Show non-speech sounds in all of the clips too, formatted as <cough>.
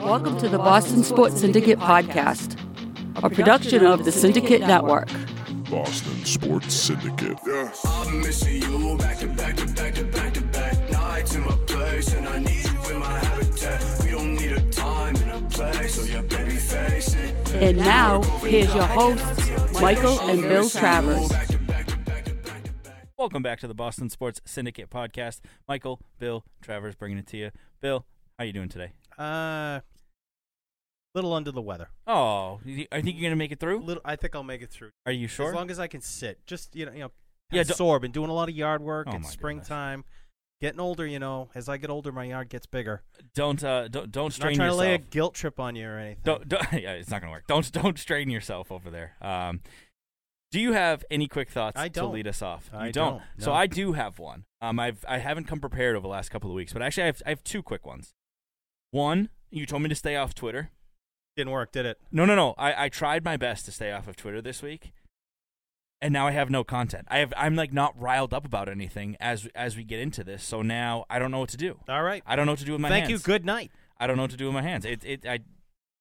Welcome to the Boston Sports Syndicate podcast, a production of the Syndicate Network. Boston Sports Syndicate. I'm missing you back to back to back to back to back nights in my place, and I need you in my habitat. We don't need a time and a place, so yeah, baby, face it. And now, here's your hosts, Michael and Bill Travers. Welcome back to the Boston Sports Syndicate podcast. Michael, Bill, Travers bringing it to you. Bill, how you doing today? Uh, little under the weather. Oh, you- I think you're going to make it through. Little, I think I'll make it through. Are you sure? As long as I can sit, just you know, you know, Yeah, d- absorb. Been doing a lot of yard work. Oh my it's goodness. springtime. Getting older, you know. As I get older, my yard gets bigger. don't uh, don't don't Not strain trying to yourself. lay a guilt trip on you or anything. don't, don't <laughs> yeah, it's not going to work. Don't don't strain yourself over there. Um, do you have any quick thoughts I to don't. lead us off? I you don't. don't, So no. I do have one. Um, I've I haven't come prepared over the last couple of weeks, but actually I have I have two quick ones. One, you told me to stay off Twitter. Didn't work, did it? No, no, no. I, I tried my best to stay off of Twitter this week, and now I have no content. I have I'm like not riled up about anything as as we get into this. So now I don't know what to do. All right. I don't know what to do with my Thank you. hands. Good night. I don't know what to do with my hands. It it I,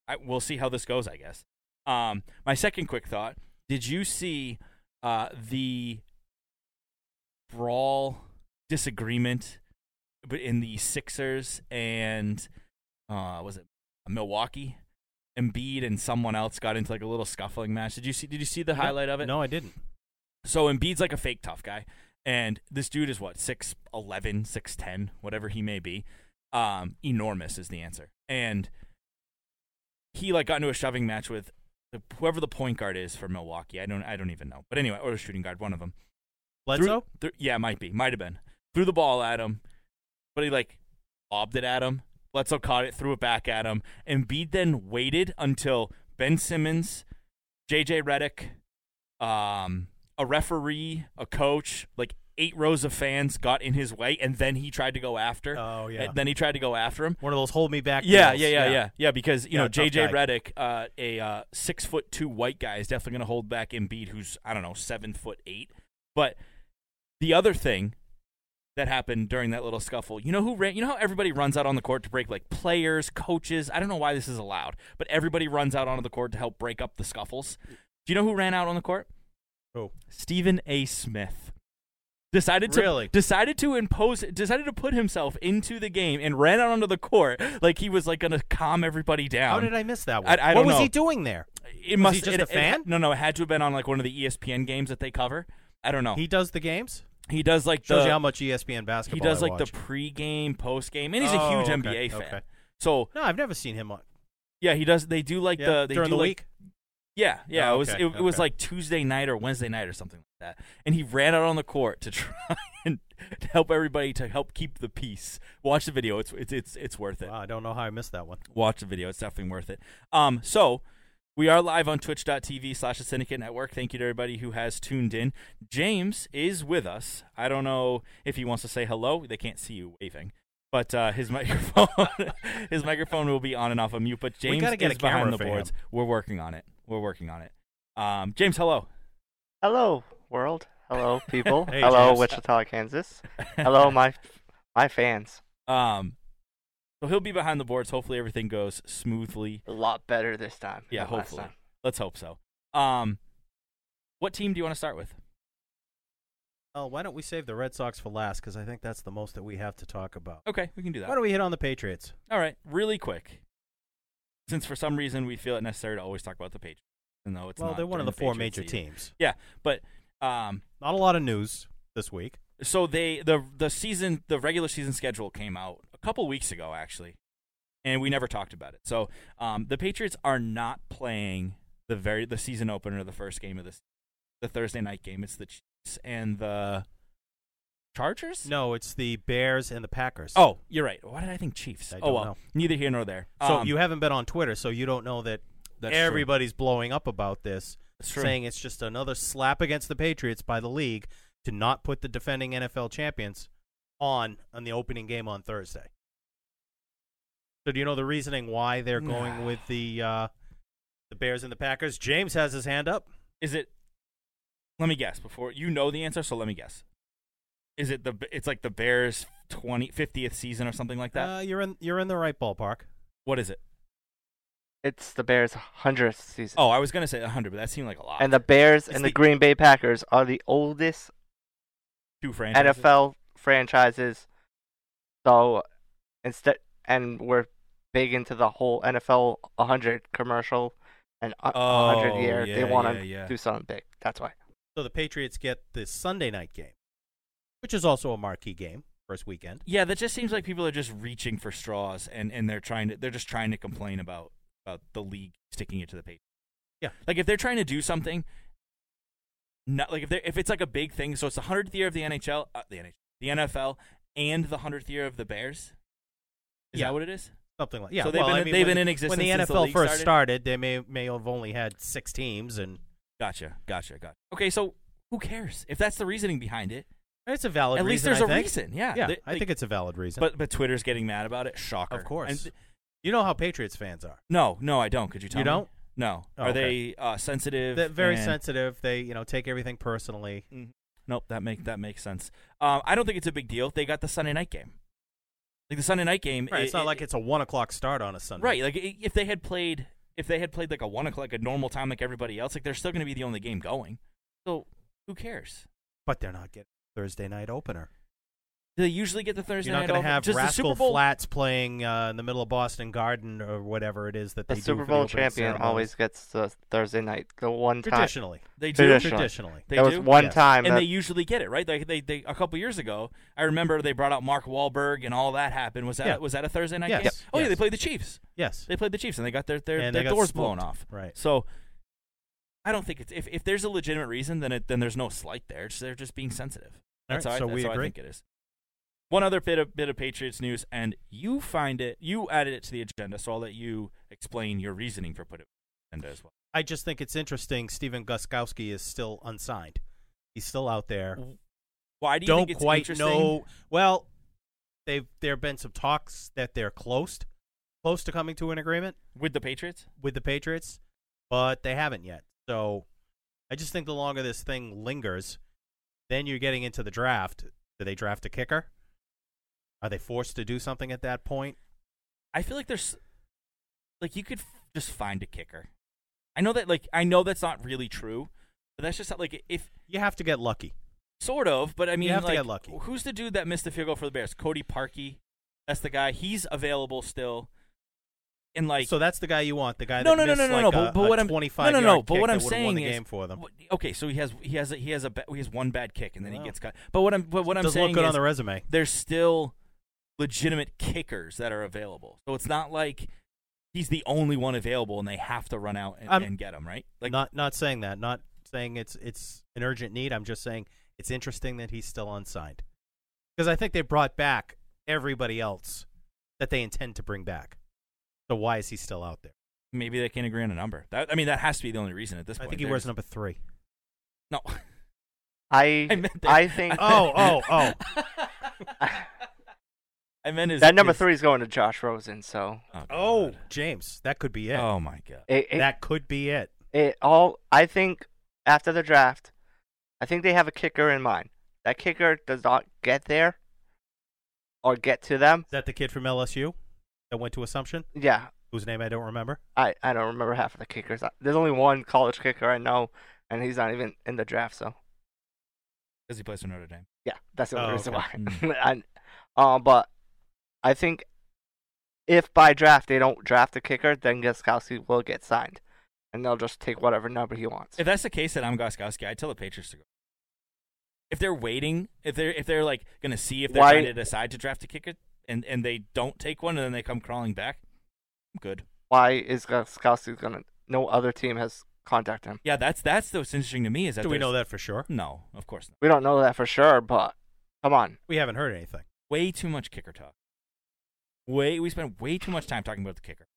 I we'll see how this goes. I guess. Um, my second quick thought: Did you see uh the brawl disagreement, but in the Sixers and uh was it Milwaukee? Embiid and someone else got into like a little scuffling match. Did you see? Did you see the highlight of it? No, I didn't. So Embiid's like a fake tough guy, and this dude is what 6'11", 6'10", whatever he may be. Um, enormous is the answer, and he like got into a shoving match with the, whoever the point guard is for Milwaukee. I don't, I don't even know, but anyway, or a shooting guard, one of them. Bledsoe. Threw- threw- yeah, might be, might have been. Threw the ball at him, but he like lobbed it at him. Bledsoe caught it, threw it back at him. Embiid then waited until Ben Simmons, JJ Redick, um, a referee, a coach, like eight rows of fans got in his way, and then he tried to go after. Oh, yeah. And then he tried to go after him. One of those hold me back. Yeah, deals. yeah, yeah, yeah, yeah. Because you Yeah, know, tough JJ guy. Redick, uh, a uh, six foot two white guy, is definitely going to hold back Embiid, who's I don't know seven foot eight. But the other thing that happened during that little scuffle, you know who ran? You know how everybody runs out on the court to break like players, coaches. I don't know why this is allowed, but everybody runs out onto the court to help break up the scuffles. Do you know who ran out on the court? Who? Stephen A. Smith decided to Really? decided to impose decided to put himself into the game and ran out onto the court like he was like gonna calm everybody down. How did I miss that one? I- I don't what was know. he doing there? It was must he just it- a it- fan? no, no, it had to have been on like one of the E ESPN games that they cover. I don't know. He He, does the games. does like Shows the you how much E ESPN he basketball. does I like the watch. pregame, postgame, and he's a Oh, huge okay, NBA fan. okay. So No, I've never seen him on. yeah, he does. They do like yeah, the they during do, the like, week. Yeah, yeah. Oh, it was okay, it, it was okay. like Tuesday night or Wednesday night or something like that. And he ran out on the court to <laughs> try and to help everybody to help keep the peace. Watch the video. It's it's it's, it's worth it. Wow, I don't know how I missed that one. Watch the video. It's definitely worth it. Um, so we are live on twitch.tv slash the syndicate network. Thank you to everybody who has tuned in. James is with us. I don't know if he wants to say hello. They can't see you waving. But uh, his <laughs> microphone, his microphone will be on and off of mute. But We James gotta get a is behind camera the for him. boards. We're working on it. We're working on it. Um, James, hello. Hello, world. Hello, people. Hey, Hello, James. Wichita, Kansas. Hello, my my fans. <laughs> Um, so he'll be behind the boards. Hopefully, everything goes smoothly. A lot better this time. Yeah, than last hopefully. time. Let's hope so. Um, what team do you want to start with? Oh, why don't we save the Red Sox for last? Because I think that's the most that we have to talk about. Okay, we can do that. Why don't we hit on the Patriots? All right, really quick. Since for some reason we feel it necessary to always talk about the Patriots, even though it's well, not they're one during of the, the four Patriots major season. teams. Yeah, but um, Not a lot of news this week. so they the the season the regular season schedule came out a couple weeks ago actually, and we never talked about it. So um, the Patriots are not playing the very the season opener, the first game of this the Thursday night game. It's the Chiefs and the Chargers. No, it's the Bears and the Packers. Oh, you're right. Why did I think Chiefs? I oh don't well, know. neither here nor there. so Um, you haven't been on Twitter, so you don't know that that's true. everybody's blowing up about this, That's true. saying it's just another slap against the Patriots by the league to not put the defending NFL champions on on the opening game on Thursday. So do you know the reasoning why they're going with the uh, the Bears and the Packers? James has his hand up. is it let me guess before you know the answer so let me guess is it the it's like the bears 20, 50th season or something like that. Uh, you're in you're in the right ballpark. what is it? It's the Bears' hundredth season. Oh, I was gonna say hundred, but that seemed like a lot. and the Bears It's and the, the- Green Bay Packers are the oldest two franchises. NFL franchises. So instead, and we're big into the whole NFL 100 commercial and a- Oh, 100 year. they yeah, want yeah, to yeah. do something big. That's why. So the Patriots get the Sunday night game, which is also a marquee game first weekend. Yeah, that just seems like people are just reaching for straws, and, and they're trying to they're just trying to complain about about the league sticking it to the Patriots. Yeah. like if they're trying to do something, not like if they are if it's like a big thing. So it's the hundredth year of the NHL, uh, the NHL, the NFL, and the hundredth year of the Bears. Is Yeah. that what it is? Something like yeah. So they've well, been- I mean, they've when- been in existence when the since the NFL league first started. They may may have only had six teams, and Gotcha, gotcha, gotcha. Okay, so who cares if that's the reasoning behind it? it's a valid. At least reason, there's I a think. reason. Yeah, yeah. They- I like- think it's a valid reason. But but Twitter's getting mad about it. Shocker. Of course. And th- you know how Patriots fans are. no, no, I don't. Could you tell You me? don't? No. Oh, Are okay. they uh, sensitive? They're very and- sensitive. They you know take everything personally. Nope. That make that makes sense. Um, I don't think it's a big deal. They got the Sunday night game. Like the Sunday night game. Right, it- it's not it- like it's a one o'clock start on a Sunday. right. Like i- if they had played, if they had played like a one o'clock, like a normal time, like everybody else, like they're still going to be the only game going. So who cares? But they're not getting Thursday night opener. Do they usually get the Thursday You're night not going off? to have Does the Rascal Super Bowl- Flats playing uh, in the middle of Boston Garden or whatever it is that The they do Super for Bowl opening champion ceremonies. always gets the Thursday night. The one time. traditionally They do. Traditionally. traditionally. They there was do? one Yes. time and that they usually get it right. Like they, they a couple years ago, I remember they brought out Mark Wahlberg and all that happened. Was that Yeah. was that a Thursday night Yes. game? Oh yeah, Yes. they played the Chiefs. Yes. They played the Chiefs and they got their their, And their they got doors blown smoked. off. Right. So I don't think it's if, if there's a legitimate reason, then it then there's no slight there. It's, they're just being sensitive. That's All right, how so I, that's we how I agree. think it is. One other bit of bit of Patriots news, and you find it you added it to the agenda, so I'll let you explain your reasoning for putting it in the agenda as well. I just think it's interesting. Steven Guskowski is still unsigned. He's still out there. Why do you Don't think it's quite interesting? know. Well, they've there have been some talks that they're close, close to coming to an agreement with the Patriots? with the Patriots, but they haven't yet. So, I just think the longer this thing lingers, then you're getting into the draft. Do they draft a kicker? Are they forced to do something at that point? I feel like there's like you could f- just find a kicker. I know that like I know that's not really true, but that's just like if You have to get lucky. sort of. But I mean, have to like, get lucky. Who's the dude that missed the field goal for the Bears? Cody Parkey. That's the guy. He's available still. And like so that's the guy you want. The guy. no, that no, no, missed no, no, like no. a- But, but a what I'm 25 no, no, no. yard But kick what that I'm would've won saying the is, game for them. wh- okay, so he has he has a, he has a ba- he has one bad kick and then Wow. he gets cut. But what I'm but what I'm doesn't saying look good is on the resume. there's still legitimate kickers that are available. So it's not like he's the only one available and they have to run out and, I'm- and get him, right? Like not not saying that. Not saying it's it's an urgent need. I'm just saying it's interesting that he's still unsigned because I think they brought back everybody else that they intend to bring back. So why is he still out there? maybe they can't agree on a number. That I mean that has to be the only reason at this I point. think he They're wears just- <laughs> number three. no. I <laughs> I meant that- I think Oh oh oh! I meant his <laughs> that number his- three is going to Josh Rosen. So Oh, Oh, God. James, that could be it. Oh my god. it, it, that could be it. it all I think after the draft, I think they have a kicker in mind. That kicker does not get there or get to them. Is that the kid from LSU that went to Assumption, Yeah, whose name I don't remember? I, I don't remember half of the kickers. There's only one college kicker I know, and he's not even in the draft. So Because he plays for Notre Dame. yeah, that's the only Oh, reason okay. why. <laughs> and, um, but I think if by draft they don't draft a kicker, then Gaskowski will get signed, and they'll just take whatever number he wants. If that's the case, then I'm Goskowski. I tell the Patriots to go. If they're waiting, if they're if they're like going to see if they're Why- going to decide to draft a kicker, and and they don't take one, and then they come crawling back, I'm good. Why is Gaskowski gonna? No other team has contacted him. Yeah, that's that's what's interesting to me is that Do we know there's- that for sure? No, of course not. We don't know that for sure, but come on. We haven't heard anything. Way too much kicker talk. Way we spend way too much time talking about the kicker.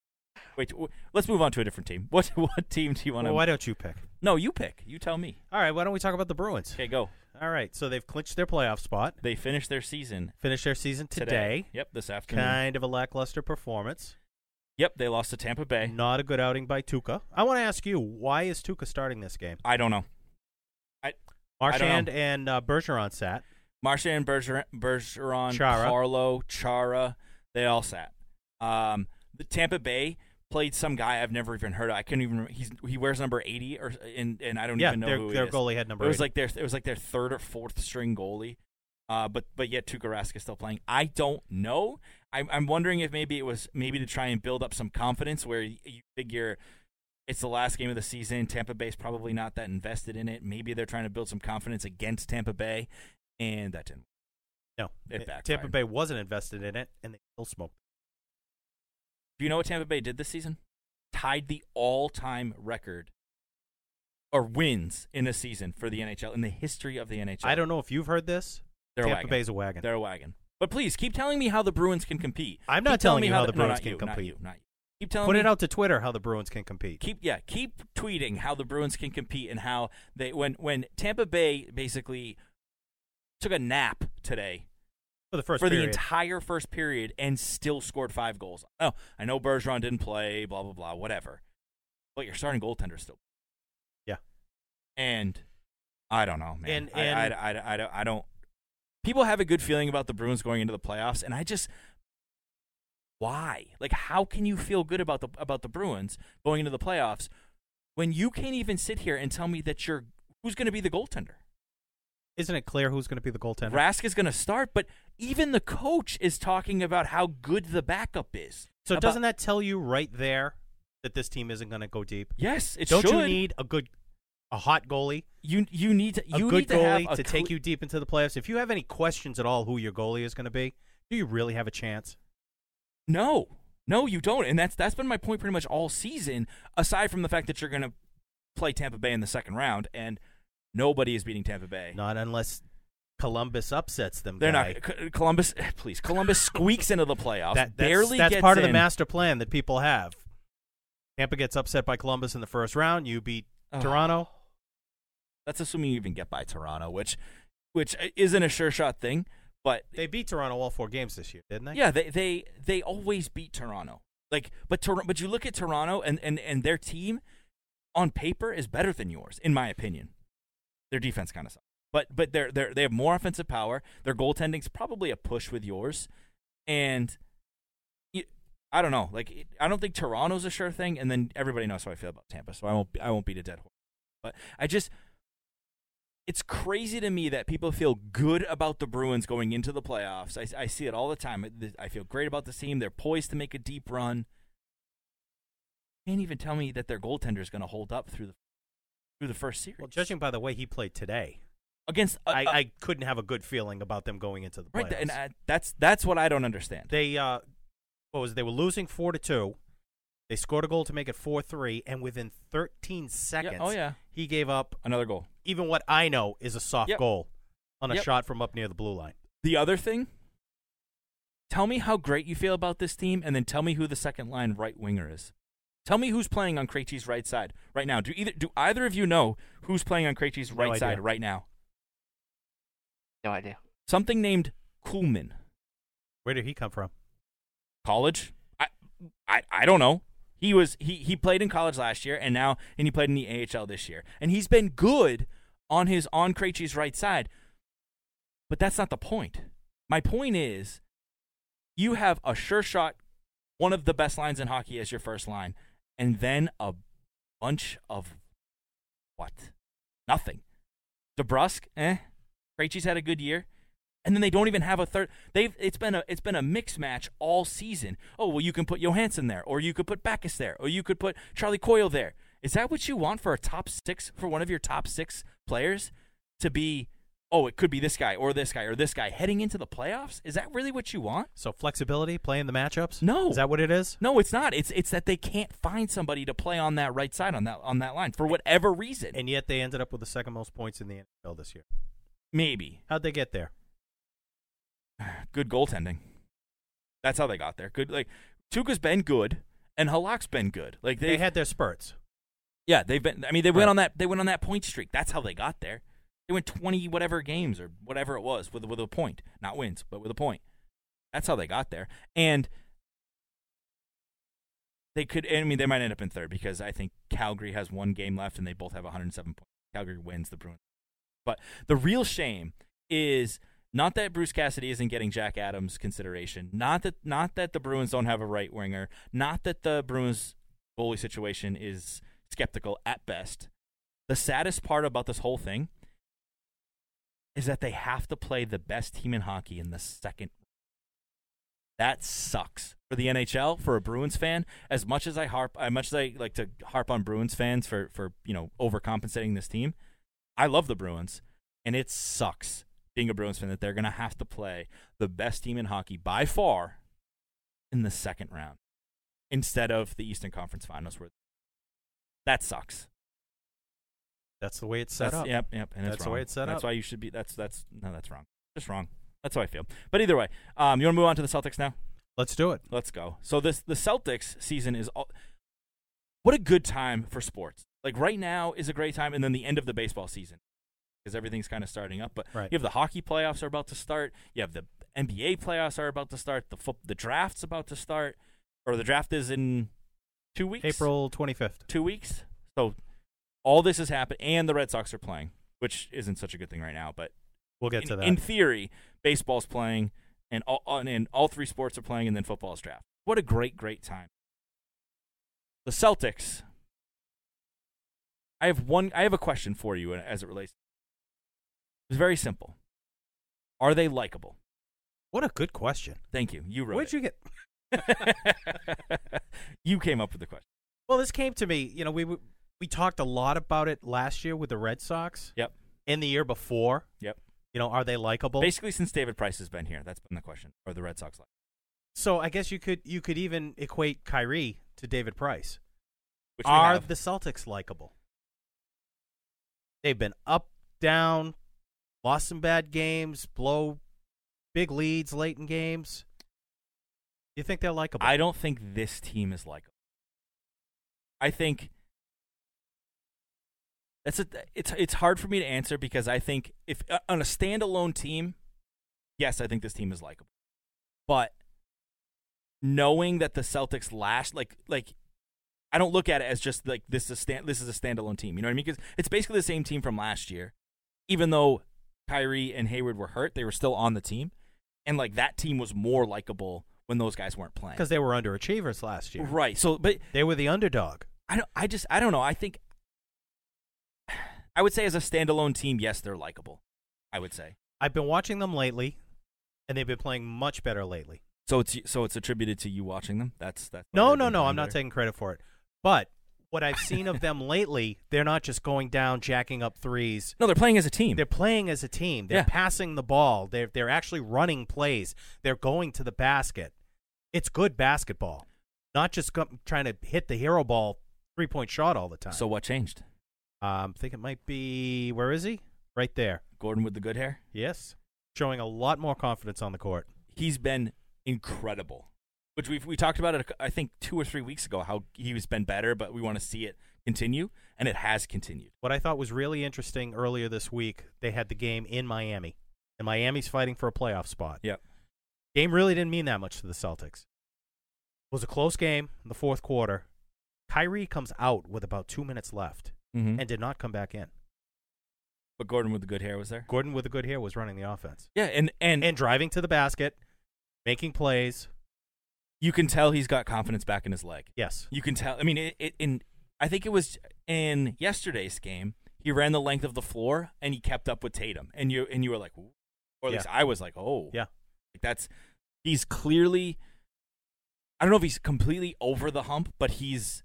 Wait, too, let's move on to a different team. What <laughs> what team do you want to? Well, why don't you pick? no, you pick. You tell me. All right, why don't we talk about the Bruins? Okay, go. All right, so they've clinched their playoff spot, They finished their season finished their season today. Yep, this afternoon. Kind of a lackluster performance. Yep, they lost to Tampa Bay. Not a good outing by Tuca. I want to ask you, why is Tuca starting this game? I don't know. I I don't Marchand know. and uh, Bergeron sat. Marchand, Bergeron, Bergeron Chara. Carlo, Chara, they all sat. Um, the Tampa Bay played some guy I've never even heard of. I couldn't even. He's he wears number eighty, or and, and I don't yeah, even know their, who their it is. goalie had number. It was 80. like their it was like their third or fourth string goalie, uh, but but yet Tuukka Rask is still playing. I don't know. I'm I'm wondering if maybe it was maybe to try and build up some confidence where y- you figure it's the last game of the season. Tampa Bay's probably not that invested in it. Maybe they're trying to build some confidence against Tampa Bay, and that didn't. no, Uh, it Tampa backfired. Bay wasn't invested in it, and they still smoked. Do you know what Tampa Bay did this season? Tied the all-time record or wins in a season for the NHL in the history of the NHL. I don't know if you've heard this. They're Tampa wagging. Bay's a wagon. They're a wagon. But please keep telling me how the Bruins can compete. I'm Keep not telling you how the no, Bruins not can you, Not compete. you, not you. Keep telling Put me. it out to Twitter how the Bruins can compete. Keep yeah. Keep tweeting how the Bruins can compete and how they when when Tampa Bay basically took a nap today for the first for the period. entire first period and still scored five goals. Oh, I know Bergeron didn't play. Blah blah blah. Whatever. But your starting goaltender still. Yeah. And I don't know, man. And- I- and- I, I, I, don't- I don't. People have a good feeling about the Bruins going into the playoffs, and I just why? Like, how can you feel good about the about the Bruins going into the playoffs when you can't even sit here and tell me that you're who's going to be the goaltender? Isn't it clear who's going to be the goaltender? Rask is going to start, but even the coach is talking about how good the backup is. so About- doesn't that tell you right there that this team isn't going to go deep? Yes, it Don't should. you need a good, a hot goalie, you you need to, a you good need to have goalie a to take cle- you deep into the playoffs? If you have any questions at all, who your goalie is going to be, do you really have a chance? No, no, you don't, and that's that's been my point pretty much all season. Aside from the fact that you're going to play Tampa Bay in the second round, and nobody is beating Tampa Bay. Not unless Columbus upsets them. They're guy. not C- Columbus. <laughs> Please, Columbus squeaks into the playoffs. That, that's barely that's gets part of the in. master plan that people have. Tampa gets upset by Columbus in the first round. You beat Oh. Toronto. That's assuming you even get by Toronto, which which isn't a sure shot thing, but They beat Toronto all four games this year, didn't they? Yeah, they they they always beat Toronto. Like, but Tor- but you look at Toronto and, and and their team on paper is better than yours, in my opinion. Their defense kind of sucks, but but they're they are they have more offensive power. Their goaltending's probably a push with yours, and you, I don't know. Like, it- I don't think Toronto's a sure thing, and then everybody knows how I feel about Tampa, so I won't I won't beat a dead horse. But I just it's crazy to me that people feel good about the Bruins going into the playoffs. I, I see it all the time. It- I feel great about this team. They're poised to make a deep run. Can't even tell me that their goaltender is going to hold up through the through the first series Well, judging by the way he played today, against. a- I, a- I couldn't have a good feeling about them going into the playoffs. Uh, right, th- and I, that's that's what I don't understand. they uh, what was it? they were losing four to two. They scored a goal to make it four three, and within thirteen seconds, oh, yeah. he gave up Another goal. even what I know is a soft Yep. goal on a Yep. shot from up near the blue line. The other thing. Tell me how great you feel about this team, and then tell me who the second line right winger is. Tell me who's playing on Krejci's right side right now. Do either do either of you know who's playing on Krejci's No right idea. side right now? No idea. something named Kuhlman. Where did he come from? College? I, I I don't know. He was he he played in college last year and now and he played in the AHL this year. And he's been good on his on Krejci's right side. But that's not the point. My point is you have a sure shot one of the best lines in hockey as your first line and then a bunch of what? Nothing. DeBrusque, eh? Krejci's had a good year and then they don't even have a third. They've it's been a it's been a mixed match all season. Oh well, you can put Johansson there, or you could put Backus there, or you could put Charlie Coyle there. Is that what you want for a top six for one of your top six players to be? Oh, it could be this guy or this guy or this guy heading into the playoffs. Is that really what you want? So flexibility, playing the matchups. No. is that what it is? No, it's not. It's it's that they can't find somebody to play on that right side on that on that line for whatever reason. And yet they ended up with the second most points in the NFL this year. Maybe How'd they get there? good goaltending. That's how they got there. Good like Tuca's been good and Halak's been good. Like They, had their spurts. Yeah, they've been. I mean, they went Right. on that. They went on that point streak. That's how they got there. They went twenty whatever games or whatever it was with with a point, not wins, but with a point. That's how they got there. And they could. I mean, they might end up in third because I think Calgary has one game left, and they both have 107 points. Calgary wins the Bruins. But the real shame is Not that Bruce Cassidy isn't getting Jack Adams consideration. Not that not that the Bruins don't have a right winger. Not that the Bruins goalie situation is skeptical at best. The saddest part about this whole thing is that they have to play the best team in hockey in the second. That sucks for the NHL, for a Bruins fan. As much as I harp, as much as I like to harp on Bruins fans for for you know overcompensating this team, I love the Bruins, and it sucks being a Bruins fan that they're going to have to play the best team in hockey by far in the second round instead of the Eastern Conference Finals. Where that sucks. That's the way it's set That's- up. Yep, yep. And That's it's the wrong. way it's set that's up. why you should be. That's that's no, that's wrong. Just wrong. That's how I feel. But either way, um, you want to move on to the Celtics now? Let's do it. Let's go. So this the Celtics season is all, what a good time for sports. Like right now is a great time, and then the end of the baseball season because everything's kind of starting up. But Right. you have the hockey playoffs are about to start. You have the NBA playoffs are about to start. The foot, the draft's about to start, or the draft is in two weeks. April 25th. Two weeks. So all this has happened, and the Red Sox are playing, which isn't such a good thing right now. But We'll get in, to that. in theory, baseball's playing, and all and, and all three sports are playing, and then football's draft. What a great, great time. The Celtics. I have one. I have a question for you uh, as it relates. It's very simple. Are they likable? what a good question. Thank you. You wrote Where'd it. you get? <laughs> you came up with the question. Well, this came to me. You know, we w- we talked a lot about it last year with the Red Sox Yep. and the year before. Yep. You know, are they likable? Basically, since David Price has been here, that's been the question. Are the Red Sox like? So I guess you could you could even equate Kyrie to David Price. Which we Are have. the Celtics likable? They've been up, down, lost some bad games, blow big leads late in games. You think they're likable? I don't think this team is likable. I think that's a, it's it's hard for me to answer because I think if uh, on a standalone team, yes, I think this team is likable. But knowing that the Celtics last like like I don't look at it as just like this is a stand, this is a standalone team. You know what I mean? Because it's basically the same team from last year, even though Kyrie and Hayward were hurt, they were still on the team, and like that team was more likable when those guys weren't playing. because they were underachievers last year. Right. So, but They were the underdog. I don't. I just. I don't know. I think. <sighs> I would say as a standalone team, yes, they're likable. I would say I've been watching them lately, and they've been playing much better lately. so. It's so it's attributed to you watching them. That's that's. what No, I've no, been no. I'm finding not better. taking credit for it. But what I've <laughs> seen of them lately, they're not just going down, jacking up threes. No, they're playing as a team. They're playing as a team. They're Yeah. passing the ball. They're they're actually running plays. They're going to the basket. It's good basketball, not just go, trying to hit the hero ball three point shot all the time. so what changed? um, I think it might be where is he? Right there. Gordon with the good hair. Yes, showing a lot more confidence on the court. He's been incredible, which we we talked about it. I think two or three weeks ago how he's been better, but we want to see it continue, and it has continued. What I thought was really interesting earlier this week, they had the game in Miami, and Miami's fighting for a playoff spot. Yep. Game really didn't mean that much to the Celtics. It was a close game in the fourth quarter. Kyrie comes out with about two minutes left Mm-hmm. and did not come back in. But Gordon with the good hair was there. Gordon with the good hair was running the offense Yeah, and and and driving to the basket, making plays. you can tell he's got confidence back in his leg. Yes. You can tell. I mean, it, it, in I think it was in yesterday's game, he ran the length of the floor and he kept up with Tatum, and you and you were like, "Ooh." or at Yeah. least I was like, oh, Yeah. like that's he's clearly. I don't know if he's completely over the hump, but he's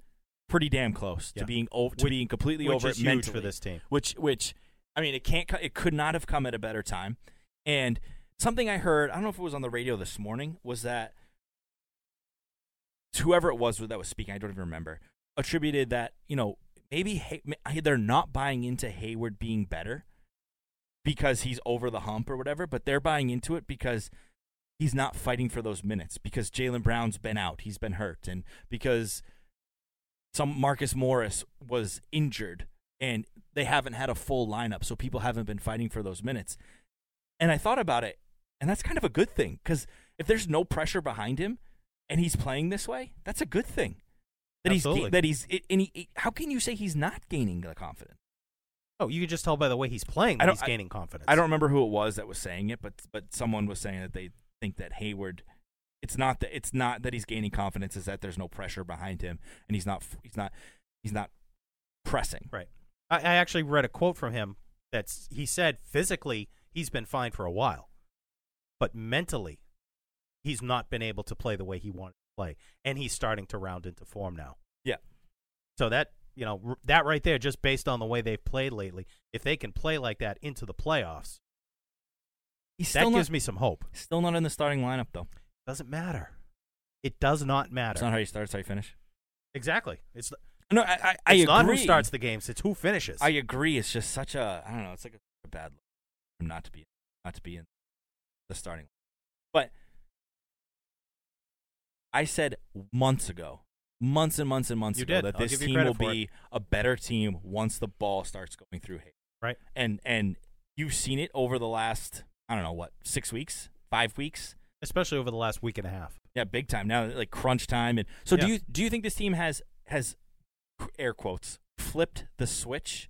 pretty damn close Yeah. to being over to Which- being completely which over is it huge mentally for this team. Which which I mean, it can't co- it could not have come at a better time. And something I heard, I don't know if it was on the radio this morning, was that it's whoever it was that was speaking, I don't even remember, attributed that you know maybe Hay- ma- they're not buying into Hayward being better because he's over the hump or whatever, but they're buying into it because he's not fighting for those minutes because Jalen Brown's been out, he's been hurt, and because some Marcus Morris was injured and they haven't had a full lineup, so people haven't been fighting for those minutes. And I thought about it, and that's kind of a good thing because if there's no pressure behind him and he's playing this way, that's a good thing. That he's ga- Absolutely. that he's it, and he, it- how can you say he's not gaining the confidence? Oh, you can just tell by the way he's playing I that don't- he's gaining confidence. I don't remember who it was that was saying it, but but someone was saying that they think that Hayward, it's not that it's not that he's gaining confidence, is that there's no pressure behind him, and he's not he's not he's not pressing. Right. I, I actually read a quote from him that's he said physically he's been fine for a while, but mentally he's not been able to play the way he wanted to play, and he's starting to round into form now. Yeah. So that you know r- that right there, just based on the way they've played lately, if they can play like that into the playoffs, He's that still gives not, me some hope. still not in the starting lineup though. Doesn't matter. It does not matter. It's not how you start, it's how you finish. exactly. It's No, I I, I it's agree. not who starts the games; it's who finishes. I agree. It's just such a I don't know. It's like a bad look for him not to be not to be in the starting. But I said months ago, months and months and months You ago, did. that I'll this give you team credit will for be a better team once the ball starts going through. Hay- right. And and you've seen it over the last I don't know what six weeks, five weeks. Especially over the last week and a half. Yeah, big time now, like crunch time. And so, do Yeah. you do you think this team has has air quotes flipped the switch?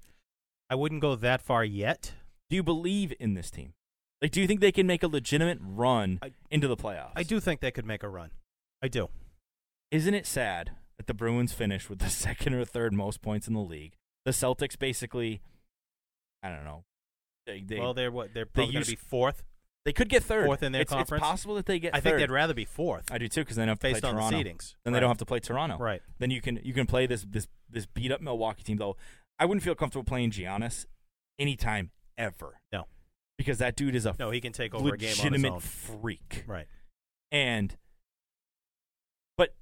I wouldn't go that far yet. Do you believe in this team? Like, do you think they can make a legitimate run I- into the playoffs? I do think they could make a run. I do. Isn't it sad that the Bruins finished with the <laughs> second or third most points in the league? The Celtics basically, I don't know. They they, well, they're what they're probably going use to be fourth. they could get third. fourth in their it's, it's conference? possible that they get. I think third. they'd rather be fourth. I do too because then they don't have to Based play on the Toronto. seedings. Then Right. they don't have to play Toronto. Right. Then you can you can play this this this beat up Milwaukee team though. I wouldn't feel comfortable playing Giannis anytime ever No, because that dude is a no, he can take over a game on his legitimate own. freak. Right. and but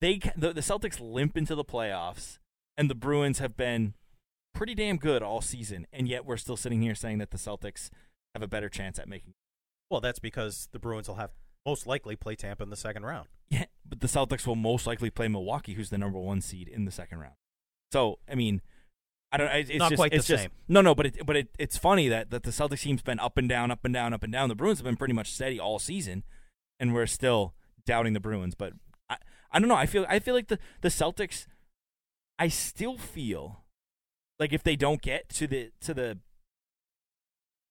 they ca- the, the Celtics limp into the playoffs, and the Bruins have been pretty damn good all season, and yet we're still sitting here saying that the Celtics have a better chance at making. Well, that's because the Bruins will have most likely play Tampa in the second round. Yeah, but the Celtics will most likely play Milwaukee, who's the number one seed in the second round. So I mean, I don't. It's it's Not just, quite the it's just- same. No, no, but it, but it, it's funny that that the Celtics team's been up and down, up and down, up and down. The Bruins have been pretty much steady all season, and we're still doubting the Bruins. But I, I don't know. I feel I feel like the the Celtics. I still feel like if they don't get to the to the.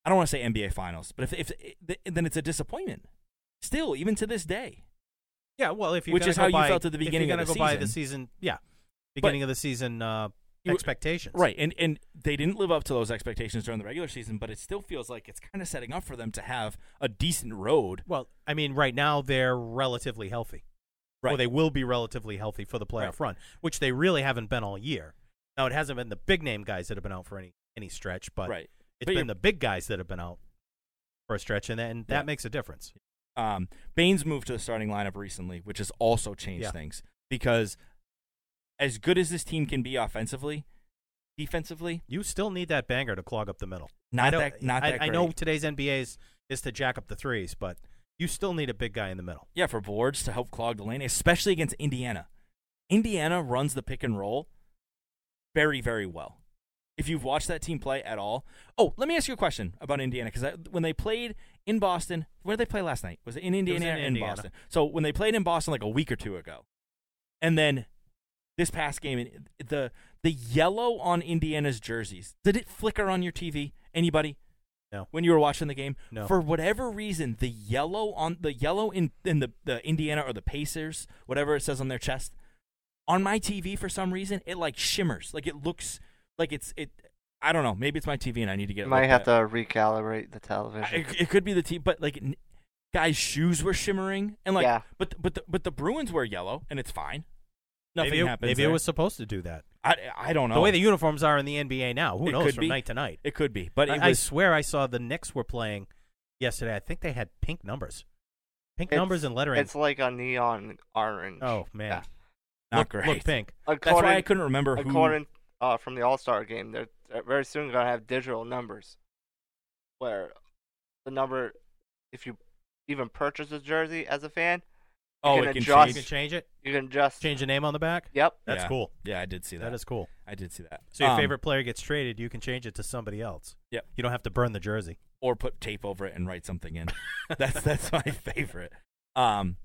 I don't want to say NBA Finals, but if if then it's a disappointment. Still, even to this day. Yeah, well, if you're Which gonna is go how you by- felt at the if you're beginning of gonna the go by the season, yeah, beginning of the season uh, You- expectations. Right, and and they didn't live up to those expectations during the regular season, but it still feels like it's kind of setting up for them to have a decent road. Well, I mean, right now they're relatively healthy. Right, Or they will be relatively healthy for the playoff Right. run, which they really haven't been all year. Now it hasn't been the big name guys that have been out for any any stretch, but right. It's But been you're- the big guys that have been out for a stretch, and, and that Yeah. makes a difference. Um, Baines moved to the starting lineup recently, which has also changed Yeah. things because as good as this team can be offensively, defensively, You still need that banger to clog up the middle. I not don't- that not I, that I great. know today's NBA is, is to jack up the threes, but you still need a big guy in the middle. Yeah, for boards to help clog the lane, especially against Indiana. Indiana runs the pick and roll very, very well. If you've watched that team play at all, oh, let me ask you a question about Indiana because when they played in Boston, where did they play last night? Was it in Indiana in or in Indiana. Boston? So when they played in Boston like a week or two ago, and then this past game, the the yellow on Indiana's jerseys did it flicker on your TV? Anybody? No. when you were watching the game. No. For whatever reason, the yellow on the yellow in, in the, the Indiana or the Pacers, whatever it says on their chest, on my TV for some reason, it like shimmers. Like it looks like it's it I don't know, maybe it's my TV and I need to get it Might looked have at. to recalibrate the television. I- it, it could be the team, but like n- guys' shoes were shimmering and like Yeah. but but the, but the Bruins were yellow and it's fine. Nothing maybe it, happens. Maybe there. it was supposed to do that. I I don't know. The way the uniforms are in the NBA now, who It knows could from be. night to night? it could be, but it I, I was swear I saw the Knicks were playing yesterday. I think they had pink numbers, pink It's- numbers and lettering. It's like a neon orange. oh man, Yeah. not look, great. Look pink. That's According, why I couldn't remember who according uh, from the All Star game, they're they're very soon gonna have digital numbers, where the number, if you even purchase a jersey as a fan, oh, can it can adjust. You change. can change it. you can just Change the name on the back. Yep. That's Yeah. cool. Yeah, I did see that. That is cool. I did see that. So your Um, favorite player gets traded, you can change it to somebody else. Yep. You don't have to burn the jersey. or put tape over it and write something <laughs> in. that's that's my favorite. Um,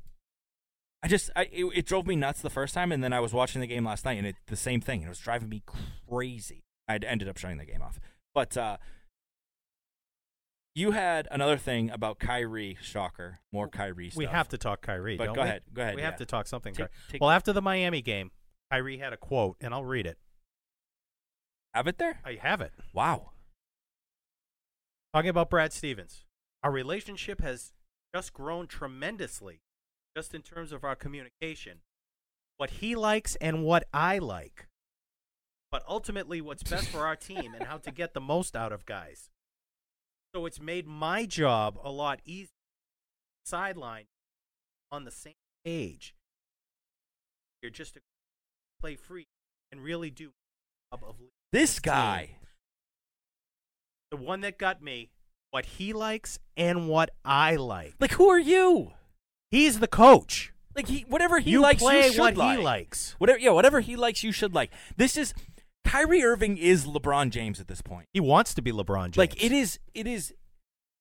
I just I it, it drove me nuts the first time, and then I was watching the game last night, and it the same thing. It was driving me crazy. I ended up shutting the game off, But uh, you had another thing about Kyrie. Shocker, more Kyrie stuff. We have to talk Kyrie. But don't go we? ahead, go ahead, We have yeah. to talk something. Take- Kyrie. take- well, after the Miami game, Kyrie had a quote, and I'll read it. have it there. I have it. Wow. Talking about Brad Stevens, our relationship has just grown tremendously, just in terms of our communication, what he likes and what I like, but ultimately what's best for our team and how to get the most out of guys. So it's made my job a lot easier. Sideline on the same page. You're just to play free and really do the job of leading This team guy. the one that got me what he likes and what I like. Like, who are you? He's the coach. Like he, whatever he you likes, play you should what like. he likes. Whatever, yeah, whatever he likes, you should like. This is Kyrie Irving is LeBron James at this point. He wants to be LeBron James. Like it is, it is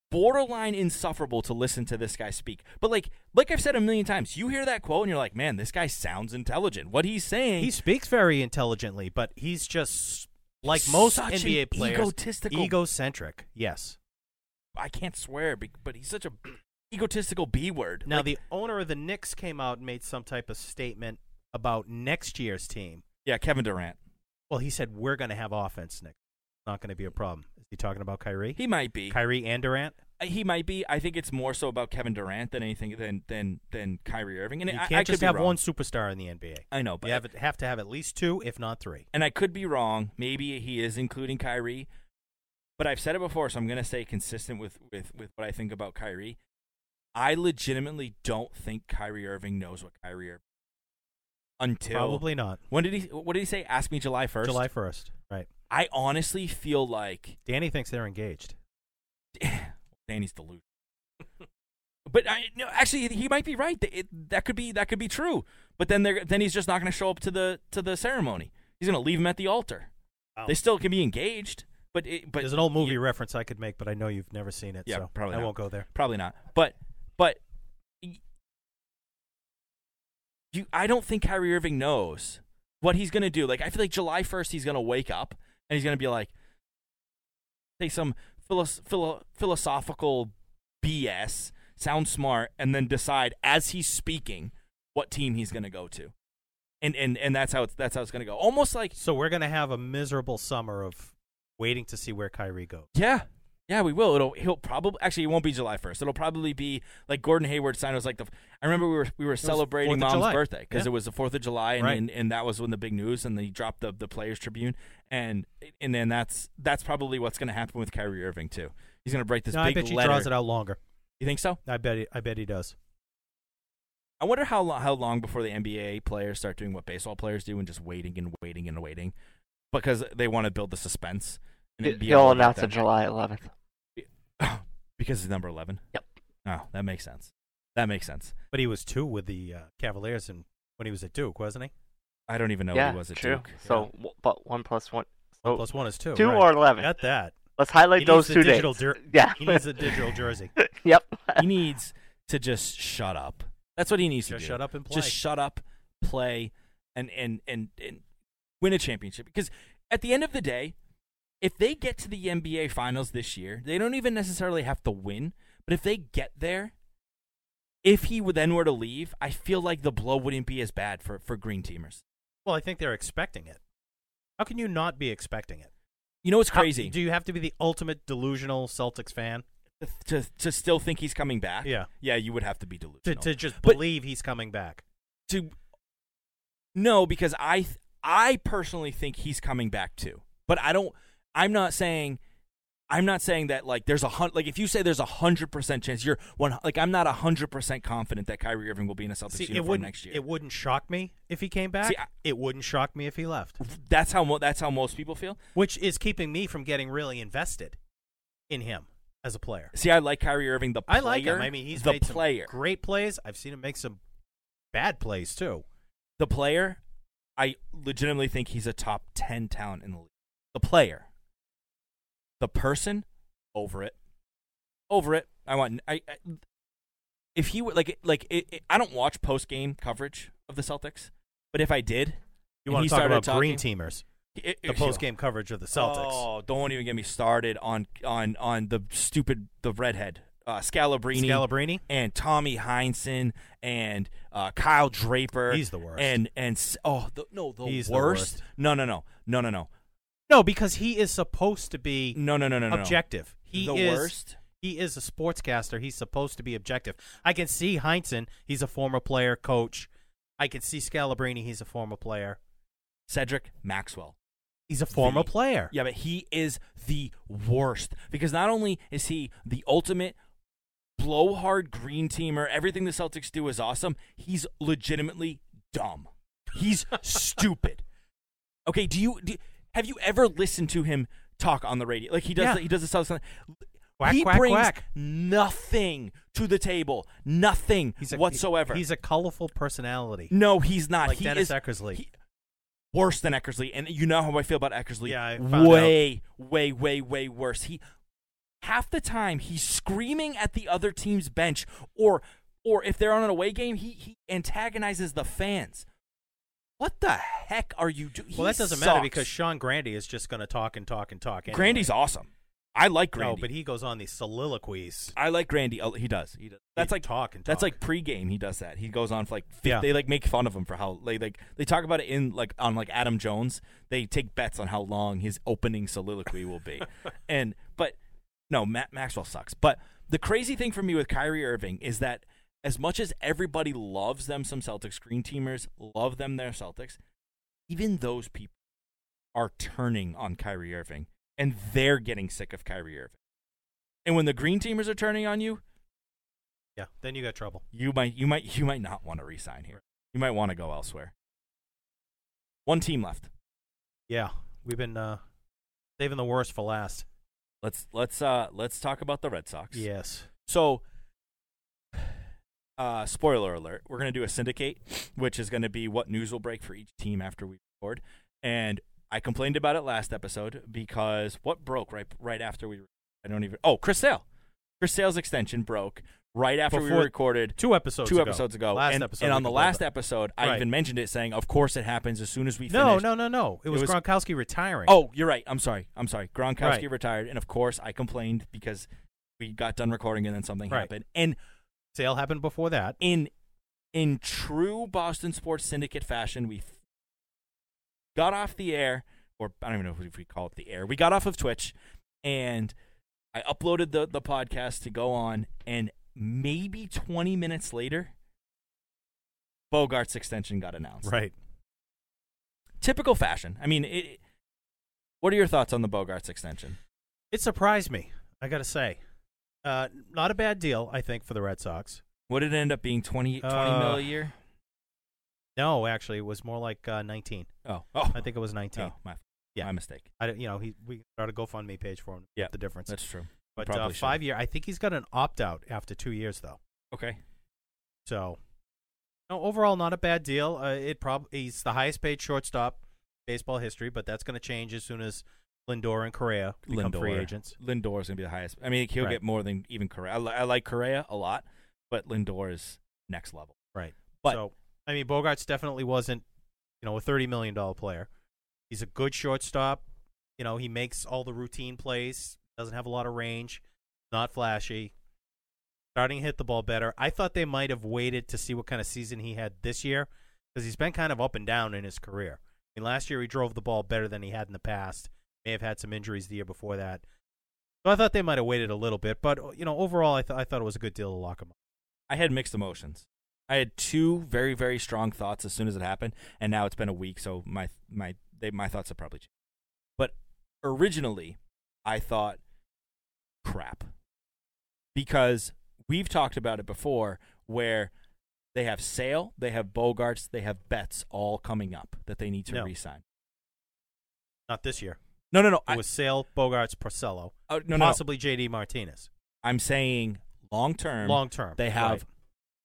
borderline insufferable to listen to this guy speak. But like, like I've said a million times, you hear that quote and you're like, man, this guy sounds intelligent. What he's saying, He speaks very intelligently, but he's just like most Such an NBA players, egotistical- egocentric. Yes. I can't swear, be- but he's such a egotistical b word. Now Like, the owner of the Knicks came out and made some type of statement about next year's team. yeah, Kevin Durant, Well, he said we're going to have offense next. It's not going to be a problem. Is he talking about Kyrie? he might be. Kyrie and Durant. he might be. I think it's more so about Kevin Durant than anything than than than Kyrie Irving. And you I, can't I could just be have wrong. one superstar in the NBA. I know, but you have, have to have at least two, if not three. and I could be wrong. Maybe he is including Kyrie, but I've said it before, so I'm going to stay consistent with, with, with what I think about Kyrie. I legitimately don't think Kyrie Irving knows what Kyrie Irving until Probably not. when did he what did he say? Ask me July first. July 1st. Right. I honestly feel like Danny thinks they're engaged. Danny's delusional. but I no, actually he might be right. It, that could be that could be true. But then they're, then he's just not going to show up to the to the ceremony. He's going to leave him at the altar. They still can be engaged, but it, but Oh. There's an old movie reference I could make, but I know you've never seen it, Yeah, so probably I not. won't go there. Probably not. But but y- you I don't think Kyrie Irving knows what he's going to do. Like I feel like July 1st he's going to wake up and he's going to be like take some philos- philo- philosophical BS, sound smart and then decide as he's speaking what team he's going to go to. And and and that's how it's that's how it's going to go. Almost like So we're going to have a miserable summer of waiting to see where Kyrie goes. Yeah. Yeah, we will. It'll he'll probably actually it won't be July first. It'll probably be like Gordon Hayward sign was like the I remember we were we were was celebrating 4th of mom's July. birthday because Yeah. it was the Fourth of July and, Right. and and that was when the big news and they dropped the the Players Tribune and and then that's that's probably what's going to happen with Kyrie Irving too. He's going to break this no, I big bet she letter. draws it out longer. You think so? I bet he, I bet he does. I wonder how long, how long before the NBA players start doing what baseball players do and just waiting and waiting and waiting because they want to build the suspense. And it'd be He'll all about announce that. it July 11th. because it's number eleven. Yep. Oh, that makes sense. That makes sense. But he was two with the uh, Cavaliers and when he was at Duke, wasn't he? I don't even know yeah, he was at true. Duke. So, w- but one plus one. One So plus one is two. Oh, two right. or 11. Got that. let's highlight He needs those the two days. digital jer- yeah, He needs a digital jersey. <laughs> yep. he needs to just shut up. That's what he needs to Just do. shut up and play. Just shut up, play, and and and and win a championship. Because at the end of the day, if they get to the NBA Finals this year, they don't even necessarily have to win. But if they get there, if he would- then were to leave, I feel like the blow wouldn't be as bad for for green teamers. Well, I think they're expecting it. How can you not be expecting it? You know what's How- crazy? do you have to be the ultimate delusional Celtics fan to to still think he's coming back? Yeah. yeah, you would have to be to, delusional to just But- believe he's coming back? to no because i th- i personally think he's coming back too but i don't i'm not saying i'm not saying that like there's a hundred like if you say there's a hundred percent chance you're one like i'm not a hundred percent confident that Kyrie Irving will be in a Celtics See, it uniform wouldn't next year it wouldn't shock me if he came back. See, I- it wouldn't shock me if he left, that's how mo- that's how most people feel which is keeping me from getting really invested in him as a player. see i like Kyrie Irving the player I like him. I mean, he's the made some player great plays. I've seen him make some bad plays too. the player i legitimately think he's a top 10 talent in the league the player the person over it over it i want i, I if he were like like it, it- i don't watch post game coverage of the celtics but if i did You and want he to talk started about talking- green teamers? It- the it- post game coverage of the Celtics. Oh, don't even get me started on on on the stupid the redhead uh, Scalabrini, Scalabrini? and Tommy Heinsohn and uh, Kyle Draper. He's the worst. And and s- oh the, no, the He's the worst. worst. No, no, no, no, no, no, No, because he is supposed to be no, no, no, no, no. objective. He the is worst. he is a sportscaster. He's supposed to be objective. I can see Heinsohn. He's a former player, coach. I can see Scalabrini. He's a former player. Cedric Maxwell. He's a former player. Yeah, but he is the worst because not only is he the ultimate blowhard green teamer, everything the Celtics do is awesome. He's legitimately dumb. <laughs> He's stupid. Okay, do you do, have you ever listened to him talk on the radio? Like he does, Yeah. the, he does the Celtics. Quack, he quack, brings quack. nothing to the table, nothing He's a, whatsoever. He's a colorful personality. no, he's not. Like he is, Dennis Eckersley. he- worse than Eckersley, and you know how I feel about Eckersley. Yeah, I found way, way, way, way worse. He half the time he's screaming at the other team's bench, or or if they're on an away game, he he antagonizes the fans. What the heck are you doing? Well, that doesn't matter because Sean Grandy is just going to talk and talk and talk. Anyway. Grandy's awesome. I like no, Grandy. but he goes on these soliloquies. I like Grandy. Oh, He does. He does. That's like talk and That's talk. like pregame. He does that. He goes on for like fif- Yeah. they like make fun of him for how like like they talk about it in like on like Adam Jones. They take bets on how long his opening soliloquy will be, and but no, Matt Maxwell sucks. But the crazy thing for me with Kyrie Irving is that as much as everybody loves them, some Celtics green teamers love them, their Celtics. Even those people are turning on Kyrie Irving, and they're getting sick of Kyrie Irving. And when the green teamers are turning on you, Yeah, then you got trouble. you might you might you might not want to resign here. You might want to go elsewhere. One team left. Yeah, we've been uh, saving the worst for last. Let's let's uh let's talk about the Red Sox. Yes. So uh spoiler alert, we're gonna do a syndicate, which is gonna be what news will break for each team after we record. And I complained about it last episode because what broke right right after we I don't even Oh, Chris Sale. Chris Sale's extension broke right after Before- we recorded Two episodes two ago. episodes ago. Last and, episode. and we on the complained last about- episode, I Right. even mentioned it, saying, "Of course, it happens as soon as we No, finish." no, no, no. It It was, was- Gronkowski retiring. Oh, you're right. I'm sorry. I'm sorry. Gronkowski Right. retired, and of course, I complained because we got done recording and then something Right. happened. And Sale happened before that. in in true Boston sports syndicate fashion, we f- got off the air, or I don't even know if we call it the air. We got off of Twitch, and I uploaded the the podcast to go on, and maybe 20 minutes later, Bogart's extension got announced. Right. Typical fashion. I mean, it, what are your thoughts on the Bogart's extension? It surprised me. I got to say, uh, not a bad deal. I think for the Red Sox. What did it end up being 20, 20 mil Uh, a year? No, actually, it was more like uh, 19. Oh, oh, I think it was 19. oh, my, Yeah. my mistake. I don't- you know, he we started a GoFundMe page for him. to Yeah, put the difference. That's true. but probably uh, should. five year. I think he's got an opt out after two years though. Okay. So, no, overall, not a bad deal. Uh, it probably he's the highest paid shortstop baseball history, but that's going to change as soon as Lindor and Correa become Lindor. free agents. Lindor is going to be the highest. I mean, he'll Right. get more than even Correa. I, li- I like Correa a lot, but Lindor is next level. Right. But- so, I mean, Bogarts definitely wasn't, you know, a thirty million dollar player. He's a good shortstop. You know, he makes all the routine plays. Doesn't have a lot of range. Not flashy. Starting to hit the ball better. I thought they might have waited to see what kind of season he had this year because he's been kind of up and down in his career. I mean, last year he drove the ball better than he had in the past. May have had some injuries the year before that. So I thought they might have waited a little bit, but you know, overall, I, th- I thought it was a good deal to lock him up. I had mixed emotions. I had two very, very strong thoughts as soon as it happened, and now it's been a week, so my my they, my thoughts have probably changed. But originally, I thought crap because we've talked about it before, where they have Sale, they have Bogarts, they have Bets all coming up that they need to No. re-sign. Not this year. No, no, no. It I, was Sale, Bogarts, Porcello, oh, no, no, no. possibly JD Martinez. I'm saying long term. Long term, they have right.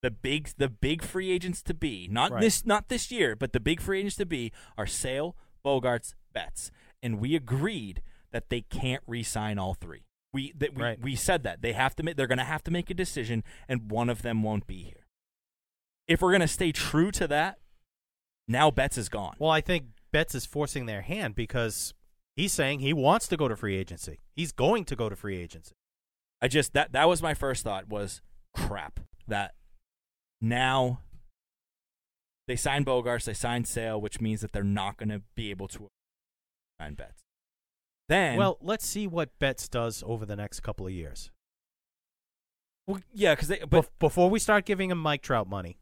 the big the big free agents to be not Right. this not this year, but the big free agents to be are Sale, Bogarts, Betts, and we agreed that they can't re-sign all three. We that we, Right. we said that they have to make they're going to have to make a decision, and one of them won't be here. If we're going to stay true to that, now Betts is gone. Well, I think Betts is forcing their hand because he's saying he wants to go to free agency. He's going to go to free agency. I just that that was my first thought was crap that now they signed Bogarts, they signed Sale, which means that they're not going to be able to sign Betts. Then well, let's see what Betts does over the next couple of years. well, yeah, because but Bef- before we start giving him Mike Trout money,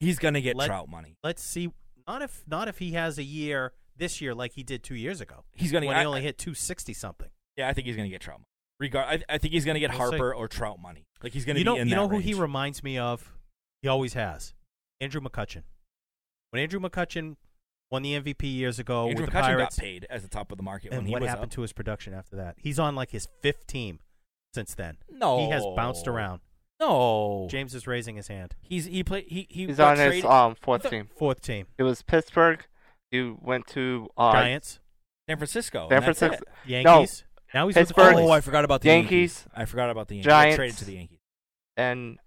he's going to get let- Trout money. let's see. Not if not if he has a year this year like he did two years ago. He's gonna- when I- he only I- hit two sixty something. Yeah, I think he's going to get Trout money. Regard, I, I think he's going to get We'll see. Harper or Trout money. Like he's going to you be know, in you that know who he range. reminds me of? He always has. Andrew McCutcheon. When Andrew McCutcheon won the MVP years ago Andrew with the McCutcheon Pirates, got paid as the top of the market and when he what was happened up. to his production after that? He's on like his fifth team since then. No, he has bounced around. No, James is raising his hand. he's he played. He, he <laughs> He's got on his traded- um fourth the- team. Fourth team, It was Pittsburgh. He went to uh, Giants, Oh, San Francisco. San and that's Francisco. it. Yankees. now he's with the Pittsburgh. Phillies. Oh, I forgot about the Yankees, I forgot about the Yankees. Giants. Traded to the Yankees. and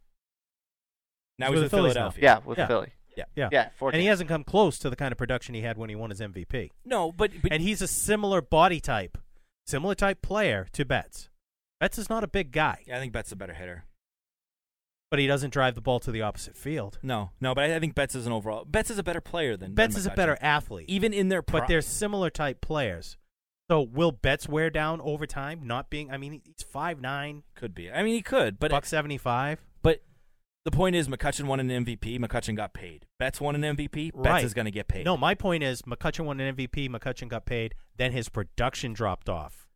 Now He's he's with with the Phillies now. Philadelphia. yeah, with Yeah. Philly. yeah, Yeah, four and he teams. hasn't come close to the kind of production he had when he won his MVP. No, but, but and he's a similar body type, similar type player to Betts. Betts is not a big guy, Yeah, I think Betts a better hitter. but he doesn't drive the ball to the opposite field. No, no, but I, I think Betts is an overall. Betts is a better player than Betts than is a McCutcheon. better athlete, even in their. Pro- but they're similar type players. So will Betts wear down over time? Not being, I mean, he's five nine, could be. I mean, he could, but buck seventy five. but the point is, McCutcheon won an MVP. McCutcheon got paid. Betts won an MVP. Right. Betts is going to get paid. No, my point is McCutcheon won an MVP. McCutcheon got paid. Then his production dropped off.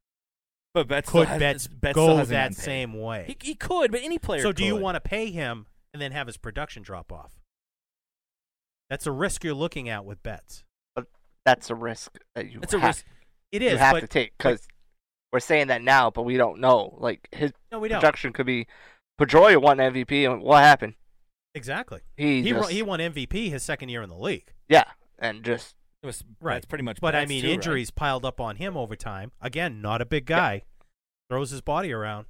but Betts Could still has, Betts Betts go still hasn't that gotten paid. same way? He, he could, but any player. So do you could. want to pay him and then have his production drop off? That's a risk you're looking at with Betts. But that's a risk that you It's a have, risk. It you is, have but to take because we're saying that now, but we don't know. Like his no, we don't production could be. Pedroia won MVP, and what happened? exactly. He he, won- just- he won MVP his second year in the league, Yeah, and just It was, right? That's pretty much. But I Betts mean, too, right? injuries piled up on him over time. Again, not a big guy, throws his body around.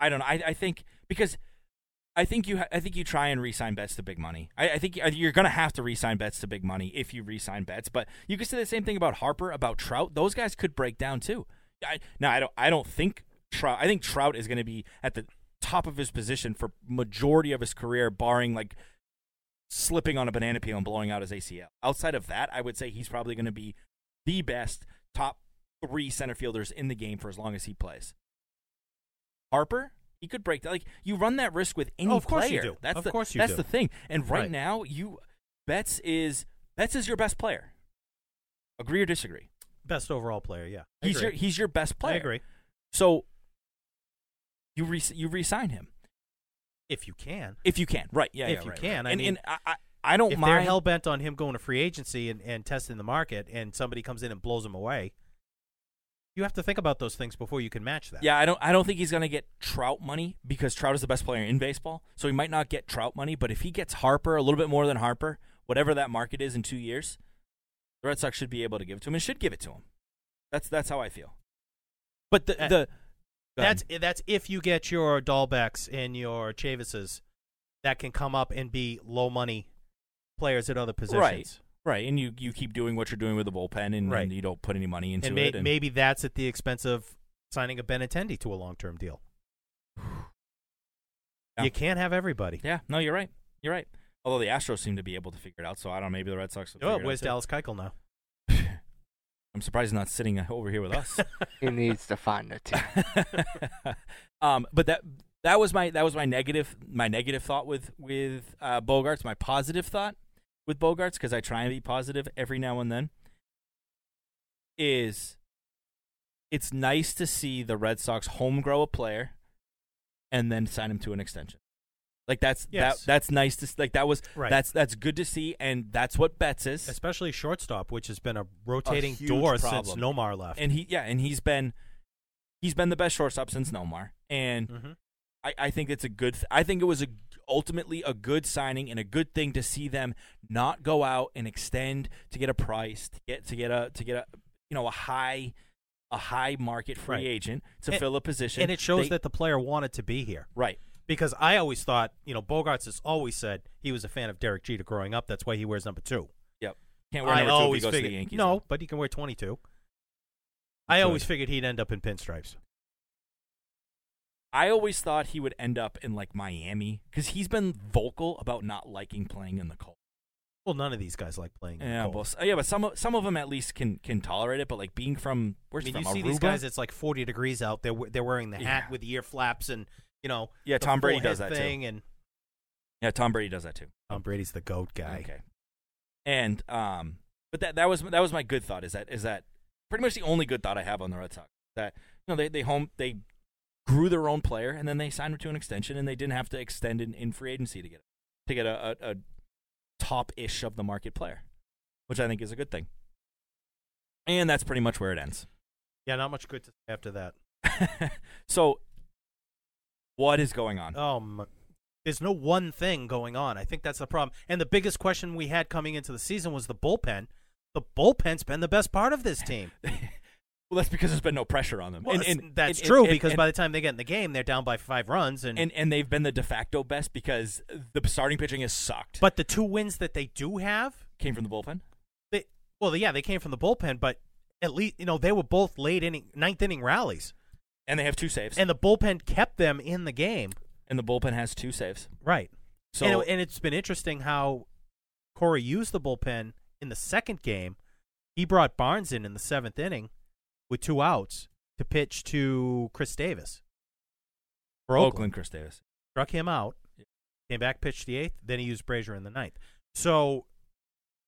I don't know. I, I think because I think you ha- I think you try and re-sign bets to big money. I, I think uh, you're going to have to re-sign bets to big money if you re-sign bets. But you could say the same thing about Harper, about Trout. Those guys could break down too. I, now I don't I don't think Trout. I think Trout is going to be at the top of his position for majority of his career, barring like slipping on a banana peel and blowing out his ACL. Outside of that, I would say he's probably going to be the best top three center fielders in the game for as long as he plays. Harper, he could break that. Like you run that risk with any Oh, of course you player. do. That's Of the, course you That's do. the thing. And right, Right. now, you Betts is Betts is your best player. Agree or disagree? Best overall player, yeah. I He's agree. your he's your best player. I agree. So you re- you resign him If you can, if you can. Right? Yeah. If yeah, you right, can, right. I and, mean, and I, I I don't if they're mind. hell bent on him going to free agency and, and testing the market, and somebody comes in and blows him away, you have to think about those things before you can match that. Yeah, I don't. I don't think he's gonna get Trout money because Trout is the best player in baseball. So he might not get Trout money, but if he gets Harper a little bit more than Harper, whatever that market is in two years, the Red Sox should be able to give it to him and should give it to him. That's that's how I feel. But the Uh, the go ahead. That's that's if you get your Dahlbecks and your Chavises that can come up and be low money players at other positions. right, right, and you you keep doing what you're doing with the bullpen, and, Right. and you don't put any money into and may- it. And maybe that's at the expense of signing a Benintendi to a long-term deal. Yeah. You can't have everybody. yeah, no, you're right, you're right. Although the Astros seem to be able to figure it out, so I don't. know, Maybe the Red Sox. Will Oh, figure it where's out too. Dallas Keuchel now? I'm surprised he's not sitting over here with us. he needs to find <laughs> a team. um, but that that was my that was my negative my negative thought with with uh, Bogarts. My positive thought with Bogarts because I try and be positive every now and then is it's nice to see the Red Sox home grow a player and then sign him to an extension. Like that's Yes. that that's nice to s- like that was Right. that's that's good to see and that's what Betts is. <laughs> Especially shortstop, which has been a rotating huge door since problem. Nomar left. and he yeah, and he's been he's been the best shortstop since Nomar, and Mhm. I, I think it's a good. Th- I think it was a ultimately a good signing and a good thing to see them not go out and extend to get a price to get to get a to get a you know a high a high market free Right. agent to And- fill a position, And it shows They- that the player wanted to be here. right. Because I always thought, you know, Bogarts has always said he was a fan of Derek Jeter growing up. That's why he wears number two. Can't wear number two I if he always goes to the figured Yankees. no, but he can wear twenty two. I Good. always figured he'd end up in pinstripes. I always thought he would end up in like Miami because he's been vocal about not liking playing in the cold. Well, none of these guys like playing. in the Yeah, cold. well, s- yeah, but some of- some of them at least can can tolerate it. But like being from I where's he mean, you from see Aruba? these guys. It's like forty degrees out. They're we- they're wearing the hat Yeah. with the ear flaps and you know. Yeah, the Tom Brady full does head that, too. thing, And yeah, Tom Brady does that too. Tom Brady's the goat guy. Okay. And um, but that that was that was my good thought. Is that is that pretty much the only good thought I have on the Red Sox? That you know they they home they grew their own player and then they signed him to an extension and they didn't have to extend in, in free agency to get to get a, a, a top ish of the market player, which I think is a good thing. And that's pretty much where it ends. Yeah, not much good to say after <clears throat> that. so, what is going on? Um, there's no one thing going on. I think that's the problem. And the biggest question we had coming into the season was the bullpen. The bullpen's been the best part of <sighs> this team. <laughs> well, that's because there's been no pressure on them. Well, and, that's- and- that's and- true and- because and- by the time they get in the game, they're down by five runs. And, and and they've been the de facto best because the starting pitching has sucked. but the two wins that they do have, came from the bullpen. they well, yeah, they came from the bullpen, but at least you know they were both late inning, ninth inning rallies, And they have two saves. And, and the bullpen kept them in the game. the bullpen has two saves. Right. So and, it, and it's been interesting how Corey used the bullpen in the second game. He brought Barnes in in the seventh inning with two outs to pitch to Chris Davis. For Oakland. Oakland, Chris Davis. struck him out, came back, pitched the eighth, then he used Brazier in the ninth. So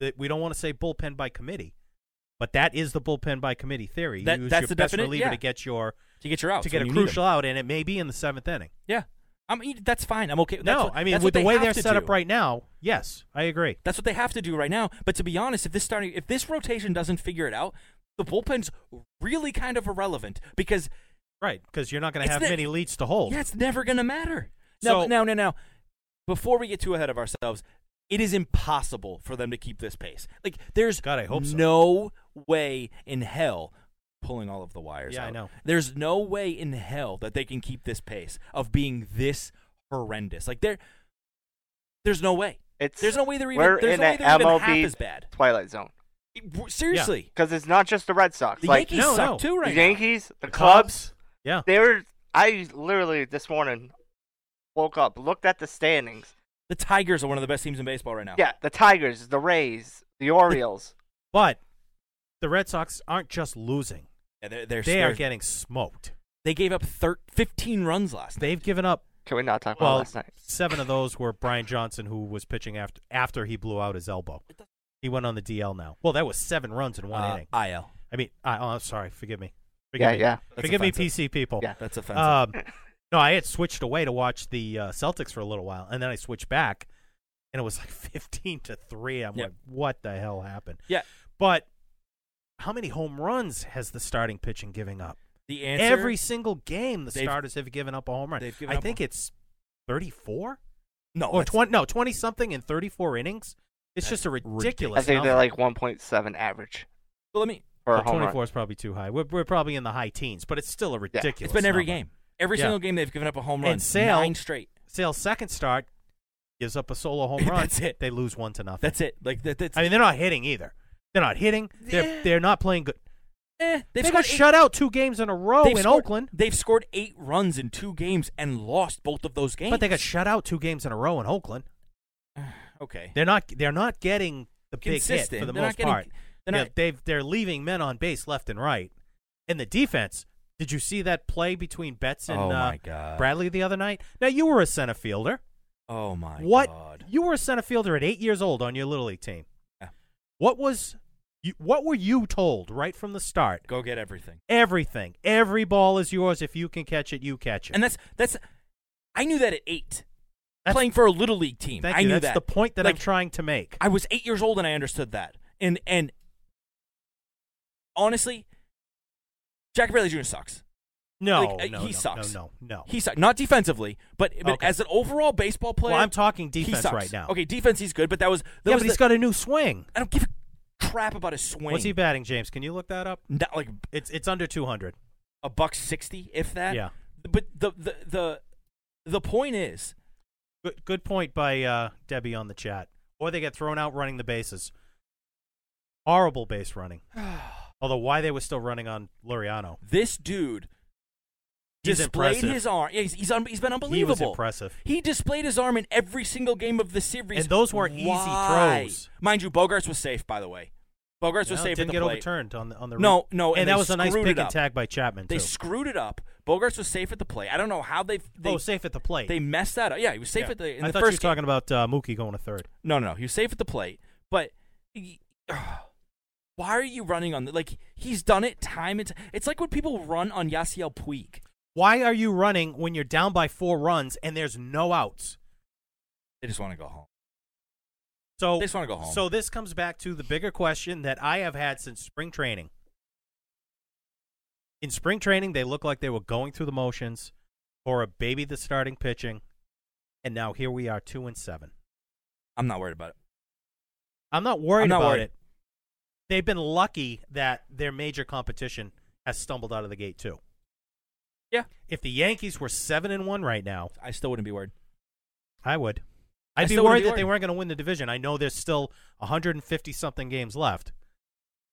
that we don't want to say bullpen by committee, but that is the bullpen by committee theory. You That- use that's your the best definite- reliever yeah. to get your To get your outs to get when a you need 'em. crucial out, and it may be in the seventh inning. Yeah, I mean that's fine. I'm okay. That's no, what- I mean that's with what the they way have they're to set up do. right now, yes, I agree. That's what they have to do right now. But to be honest, if this starting, if this rotation doesn't figure it out, the bullpen's really kind of irrelevant because Right, because you're not going It's to have the- many leads to hold. yeah, it's never gonna matter. So- now, now, now, now, before we get too ahead of ourselves, it is impossible for them to keep this pace. Like there's God, I hope so. no way in hell pulling all of the wires. Yeah, I out. know. There's no way in hell that they can keep this pace of being this horrendous. Like there, there's no way. It's There's no way they're even. we're there's in no way an they're even MLB half as bad. twilight zone It- Seriously, because it's not just the Red Sox. the like Yankees No, suck no. too right the now. Yankees, the, Cubs, Yeah. they were. I literally this morning woke up, looked at the standings. The Tigers are one of the best teams in baseball right now. Yeah, the Tigers, the Rays, the Orioles. But the Red Sox aren't just losing, Yeah, they're, they're, they are they're- getting smoked. they gave up thir- 15 runs last night. They've given up, Can we not talk about well, last night? seven of those were Brian Johnson, who was pitching after, after he blew out his elbow. He went on the DL now. Well, that was seven runs in one Uh, inning. IL. I mean, I, oh, I'm sorry. Forgive me. Forgive Yeah, me. yeah. That's Forgive offensive. me, PC people. Yeah. That's offensive. Um, <laughs> no, I had switched away to watch the uh, Celtics for a little while, and then I switched back, and it was like <laughs> fifteen to three. I'm Yeah. like, what the hell happened? Yeah. But how many home runs has the starting pitching giving up? the answer Every single game, the They've- starters have given up a home run. they've given I up think one. it's thirty-four no, or that's- twenty. No, twenty something in thirty-four innings. It's That's just a ridiculous. ridiculous. I think they're number. like 1.7 average Well, let me. for a So home twenty-four run. is probably too high. We're, we're probably in the high teens, but it's still a ridiculous. It's been every number. game. Every Yeah. single game they've given up a home And run. Sale- nine straight. Sale's second start gives up a <laughs> solo home run. That's it. They lose one to nothing. That's it. Like that, that's. I mean, they're not hitting either. They're not hitting. They're Yeah. they're not playing good. eh, they've they scored got eight- shut out two games in a row they've in scored- Oakland, They've scored eight runs in two games and lost both of those games. but they got shut out two games in a row in Oakland. okay. They're not they're not getting the big hit Consistent. for the They're not most getting- part. they're Yeah, not- they've they're leaving men on base left and right, and the defense. Did you see that play between Betts and Oh, uh, my God. Bradley the other night? Now you were a center fielder. Oh my what god. you were a center fielder at eight years old on your little league team. Yeah. What was you, what were you told right from the start? Go get everything. Everything, every ball is yours. If you can catch it, you catch it. And that's that's. I knew that at eight. That's- playing for a little league team. thank I you. knew that. That's the point that like, I'm trying to make. I was eight years old and I understood that. And and honestly, Jack Bailey Jr. sucks. no, like, uh, no, he no, sucks. No, no, no. He sucks. Not defensively, but, but Okay. as an overall baseball player. well, I'm talking he defense sucks. right now. Okay, defense he's good, but that was that yeah, was but he's the- got a new swing. I don't give a crap about his swing. What's he batting, James? Can you look that up? Not like It's it's under 200. a buck sixty, if that. Yeah. But the the the the point is Good, good point by uh, Debbie on the chat. Or they get thrown out running the bases. Horrible base <sighs> running. Although why they were still running on Luriano. This dude He's displayed impressive. his arm. Yeah, he's he's, un- he's been He unbelievable. was impressive. He displayed his arm in every single game of the series. And those weren't easy Why? throws. Mind you, Bogarts was safe, by the way. Bogarts was You know, safe didn't at the get plate. overturned on the on the No, no, and, and that they was a nice screwed pick it and up. tag by Chapman They too. screwed it up. Bogarts was safe at the plate. I don't know how they they oh, safe at the plate. they messed that up. Yeah, he was safe Yeah. at the. In I the thought first you were talking about uh, Mookie going to third. No, no, no. He was safe at the plate, but he- <sighs> why are you running on the like? He's done it time and time. It's like when people run on Yasiel Puig. Why are you running when you're down by four runs and there's no outs? They just want to go home. So They just wanna go home. So this comes back to the bigger question that I have had since spring training. In spring training, they look like they were going through the motions, or a baby that's starting pitching, and now here we are, two and seven. I'm not worried about it. I'm not worried I'm not about worried. it. They've been lucky that their major competition has stumbled out of the gate too. Yeah, If the Yankees were seven and one right now, I still wouldn't be worried. I would. I I'd be still wouldn't worried be that they worried. weren't going to win the division. I know there's still 150 something games left,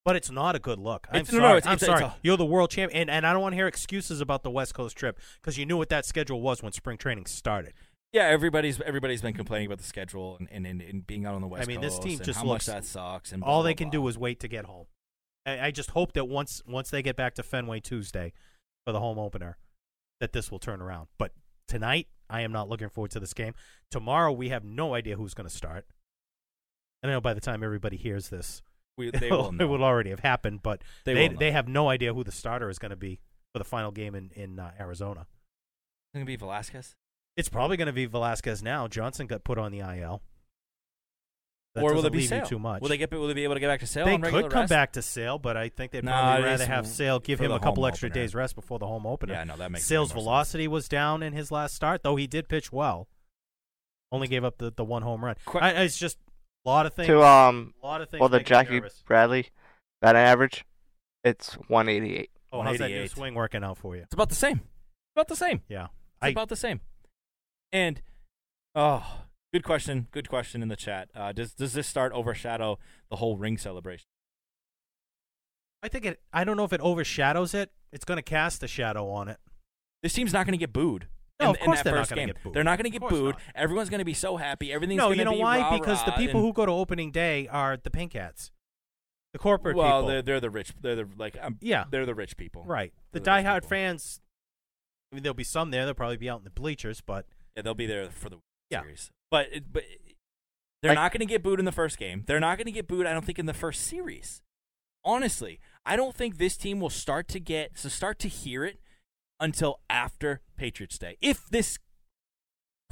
but it's not a good look. I'm It's- no, sorry. no, it's- I'm it's- sorry. it's a- You're the world champ, and, and I don't want to hear excuses about the West Coast trip because you knew what that schedule was when spring training started. Yeah, everybody's everybody's been complaining about the schedule and, and, and, and being out on the west. I mean, Coast this team and just how looks much that sucks. And all they can do is wait to get home. I, I just hope that once once they get back to Fenway Tuesday for the home opener, that this will turn around. But tonight, I am not looking forward to this game. Tomorrow, we have no idea who's going to start. I know by the time everybody hears this, <laughs> we, they will it know. will already have happened. But They they they, will know. have no idea who the starter is going to be for the final game in in uh, Arizona. It's gonna be Velasquez It's probably going to be Velasquez now. Johnson got put on the IL. That or will doesn't it be leave you Sale? too much? Will they get? Will they be able to get back to Sale? they on could regular come rest? back to Sale, but I think they'd Nah, probably they rather just have w- Sale give for him the a couple home extra opener. days rest before the home opener. Yeah, no, that makes Sale's way more sense. velocity was down in his last start, though he did pitch well. Only gave up the, the one home run. Que- I, I- it's just a lot of things. To um, a lot of things. well, the make me Jackie nervous. Bradley batting average, it's 188. Oh, how's that new 188. swing working out for you? It's about the same. About the same. Yeah, It's I about the same. And oh, good question. Good question in the chat. Uh, does does this start overshadow the whole ring celebration? I think it. I don't know if it overshadows it. It's going to cast a shadow on it. This team's not going to get booed. No, in, of in course that they're not first gonna game. get booed. They're not going Of to get course booed. not. Everyone's going to be so happy. Everything's no, going to you know be why? rah-rah because the people and- who go to opening day are the pink hats, the corporate well, people. they're they're the rich. They're the like um, Yeah. They're the rich people. Right. The They're rich diehard people. fans. I mean, there'll be some there. They'll probably be out in the bleachers, but Yeah, they'll be there for the Yeah. series. But it- but they're Like- not going to get booed in the first game. They're not going to get booed. I don't think in the first series. Honestly, I don't think this team will start to get so start to hear it until after Patriots Day. If this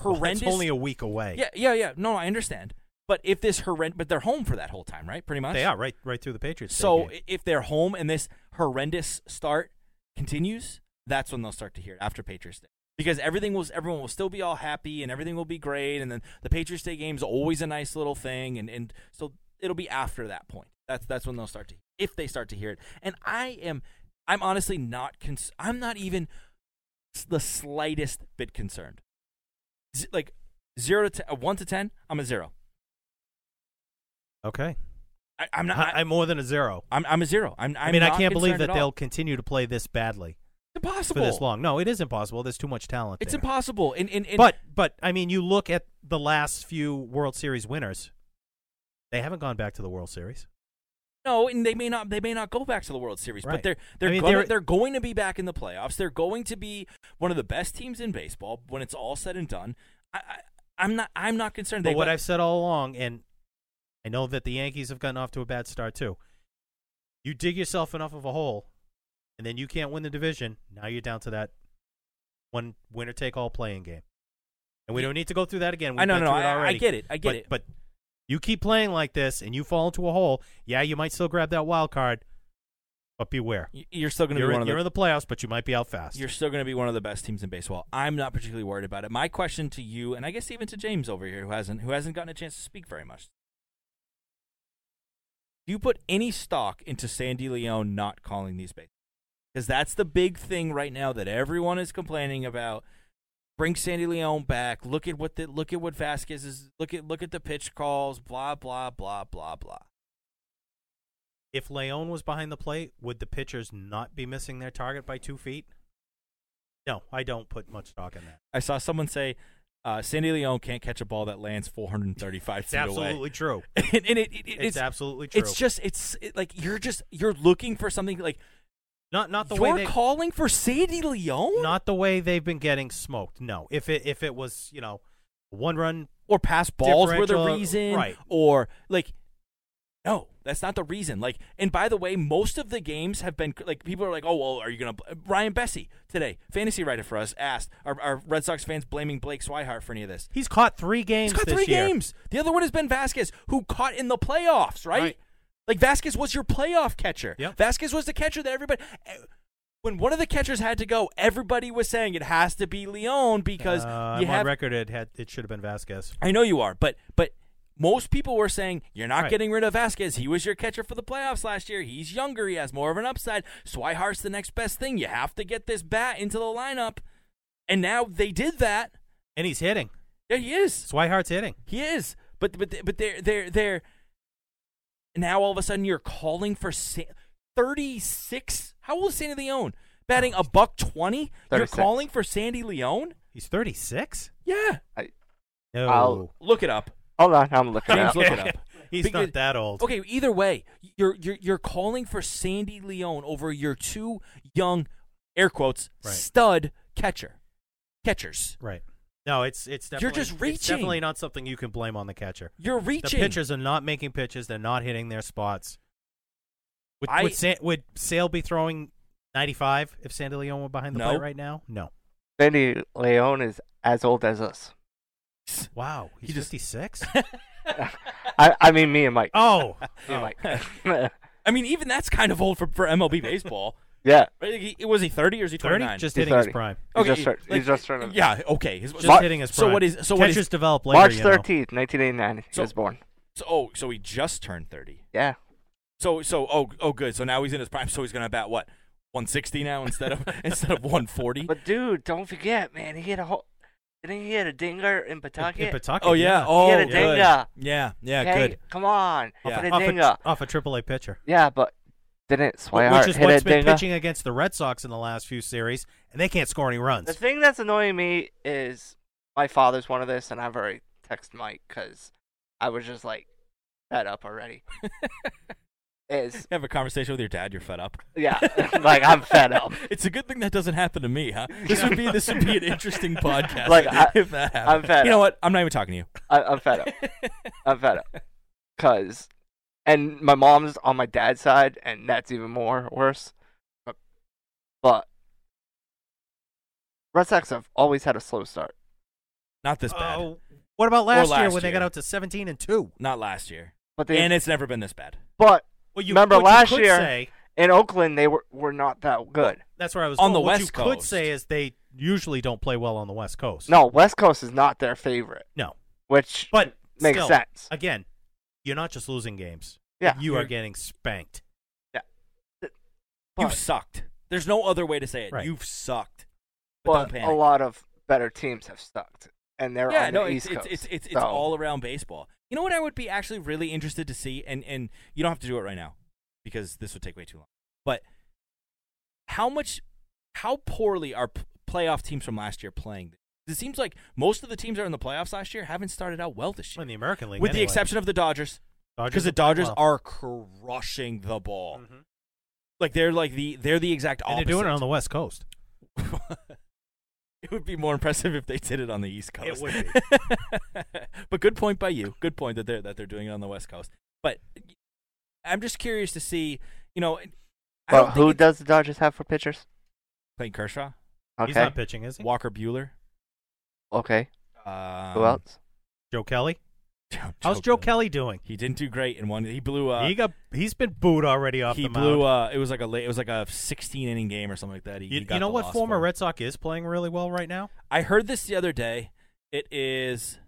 horrendous It's Oh, only a week away. yeah yeah yeah no I understand. But if this horrendous but they're home for that whole time right pretty much they are right, right through the Patriots. Day so game. i- if they're home and this horrendous start continues, that's when they'll start to hear it after Patriots Day. Because everything will, everyone will still be all happy and everything will be great. And then the Patriots Day game's always a nice little thing. And, and so it'll be after that point. That's that's when they'll start to, if they start to hear it. And I am, I'm honestly not, cons- I'm not even s- the slightest bit concerned. Z- like zero to ten, uh, one to ten, I'm a zero. okay, I, I'm not. I, I, am more than a zero. I'm, I'm a zero. I'm, I'm mean, I not can't believe concerned at that all. they'll continue to play this badly It's impossible. for this long. No, it is impossible. There's too much talent. It's there. impossible. And, and, and But but I mean, you look at the last few World Series winners. They haven't gone back to the World Series. no, and they may not they may not go back to the World Series, Right. but they're they're I mean, gonna, they're- they're, going to be back in the playoffs. They're going to be one of the best teams in baseball when it's all said and done. I, I I'm not I'm not concerned. But they what but I've said all along, and I know that the Yankees have gotten off to a bad start too. You dig yourself enough of a hole, and then you can't win the division. Now you're down to that one winner take all playing game, and we don't need to go through that again. We've I know, been no, no, through it I- I already. get it, I get But- it. But you keep playing like this, and you fall into a hole. Yeah, you might still grab that wild card, but beware. y- you're still going to You're, be in, one of you're the in the playoffs, but you might be out fast. You're still going to be one of the best teams in baseball. I'm not particularly worried about it. My question to you, and I guess even to James over here, who hasn't who hasn't gotten a chance to speak very much, do you put any stock into Sandy Leone not calling these bases? Because that's the big thing right now that everyone is complaining about. Bring Sandy Leone back. Look at what the look at what Vasquez is. Look at look at the pitch calls. Blah blah blah blah blah. If Leon was behind the plate, would the pitchers not be missing their target by two feet? No, I don't put much stock in that. I saw someone say uh, Sandy Leone can't catch a ball that lands 435 It's feet absolutely away. true. <laughs> and, and it, it, It's absolutely true. It's just it's it, like you're just you're looking for something like Not not the you're way they calling for Sandy Leone not the way they've been getting smoked. No, if it if it was you know one run, or pass balls were the Differential- reason right. or like no that's not the reason like and by the way most of the games have been like people are like oh well are you gonna ryan bessie today fantasy writer for us asked are, are red sox fans blaming blake swihart for any of this he's caught three games. he's caught this three year. games the other one has been vasquez who caught in the playoffs right, Right. like vasquez was your playoff catcher Yep. vasquez was the catcher that everybody eh, when one of the catchers had to go everybody was saying it has to be leon because Uh, you I'm on have record, it had it should have been Vasquez. I know you are, but but most people were saying you're not Right. getting rid of Vasquez. He was your catcher for the playoffs last year. He's younger. He has more of an upside. Swihart's the next best thing. You have to get this bat into the lineup, and now they did that. And he's hitting. Yeah, he is. Swihart's hitting. He is. But but but they're they're they're now all of a sudden you're calling for thirty six. How old is Sandy Leone? Batting a buck twenty. You're 36. calling for Sandy Leone? He's 36. Yeah. No, I'll- Look it up. Hold on, I'm looking James, at look it up. he's Because- not that old. Okay, either way, you're you're you're calling for Sandy Leone over your two young air quotes Right. stud catcher. Catchers. Right. No, it's it's You're definitely just It's definitely reaching. not something you can blame on the catcher. You're reaching. The pitchers are not making pitches. They're not hitting their spots. Would I- would, Sa- would Sale be throwing 95 if Sandy Leon were behind the No. plate right now? No. Sandy Leone is as old as us. Wow, he's He just- <laughs> 56. I, I mean, me and Mike. oh, Me and <laughs> Mike. <laughs> I mean, even that's kind of old for, for MLB baseball. <laughs> yeah. Right? He- was he 30 or is he 30? 29? Just He's hitting his 30. prime. He just turned- he just turned- Yeah, okay. His, Just Mar- hitting his so prime. what is- so what is- catchers develop later? March you know. 13th, 1989, he So- was born. so, oh, so he just turned 30. Yeah. So so oh oh good. So now he's in his prime so he's going to bat what? 160 now instead of <laughs> instead of 140. But, dude, don't forget, man, he hit a whole. Didn't he hit a dinger in In- Pawtucket? in Pawtucket, Oh yeah. Oh, He had a good. dinger. Yeah. Yeah, Okay, good. Come on. Yeah. Hit a Off a, dinger. off a AAA pitcher. Yeah, but didn't Swihart Which is hit what's a been dinger? pitching against the Red Sox in the last few series, and they can't score any runs. The thing that's annoying me is my father's one of this, and I've already texted Mike because I was just like fed <laughs> up already. is Have a conversation with your dad. You're fed up. <laughs> <laughs> yeah, <laughs> like I'm fed up. It's a good thing that doesn't happen to me, <laughs> huh? This would be this would be an interesting podcast. Like, I- if that happened. I'm fed You know up. what? I'm not even talking to you. I, I'm fed up. <laughs> I'm fed up because, and my mom's on my dad's side, and that's even more worse. But, but Red Sox have always had a slow start. Not this bad. Oh, what about last, year Uh, last when they year. got out to 17 and 2? Not last year. But they, And it's never been this bad. but Well, Remember what last could year- say- in Oakland they were were not that good. that's where I was On the going. what West you could Coast. say is they usually don't play well on the West Coast. No, West Coast is not their favorite, no, which but Makes still, sense. Again, you're not just losing games. yeah, you are You're- getting spanked. You've sucked. There's no other way to say it. Right. You've sucked. But but don't a panic. lot of better teams have sucked, and they're yeah, on no, the it's, East it's, Coast. it's it's it's so- all around baseball. You know what I would be actually really interested to see, and and you don't have to do it right now because this would take way too long. But how much, how poorly are p- playoff teams from last year playing? It seems like most of the teams that are in the playoffs last year haven't started out well this Well, year, in the American League, with the anyway. exception of the Dodgers, Dodgers because the have played Dodgers well. are crushing the ball. Mhm. Like they're like the they're the exact and they're opposite. doing it on the West Coast. <laughs> it would be more impressive if they did it on the East Coast. It would <laughs> but good point by you. Good point that they're that they're doing it on the West Coast. But I'm just curious to see, you know, I But don't think who it's- does the Dodgers have for pitchers? Clayton Kershaw, He's Okay, not pitching, is he? Walker Bueller, okay. um, <laughs> Who else? Joe Kelly. Joe- How's Joe Kelly doing? He didn't do great in one. He blew. Uh, he got he's been booed already off he the blew. Uh, mound. it was like a late, it was like a 16 inning game or something like that. He, he you, got you know the what loss former for. Red Sox is playing really well right now? I heard this the other day. It is.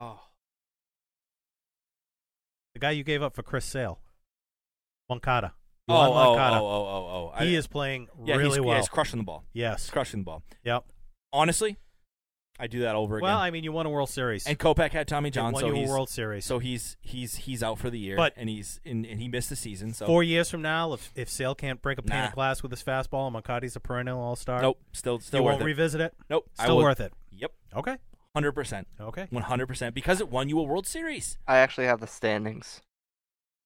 Oh, The guy you gave up for Chris Sale, Moncada. oh, Juan oh, Moncada. oh, oh, oh, oh. He I- is playing yeah, really he's, well. Yeah, he's crushing the ball. He's yes. crushing the ball. Yep. Honestly, I do that over again. Well, I mean, you won a World Series. and Kopech had Tommy John, won so you a he's World Series. so he's he's he's out for the year, But- and he's and, and he missed the season. So Four years from now, if, if Sale can't break a pane Nah. of glass with his fastball and Makati's a perennial all star, nope, still still you worth won't it. revisit it. nope, I Still will- worth it. Yep, Okay. hundred percent, Okay. one hundred percent, because it won you a World Series. I actually have the standings.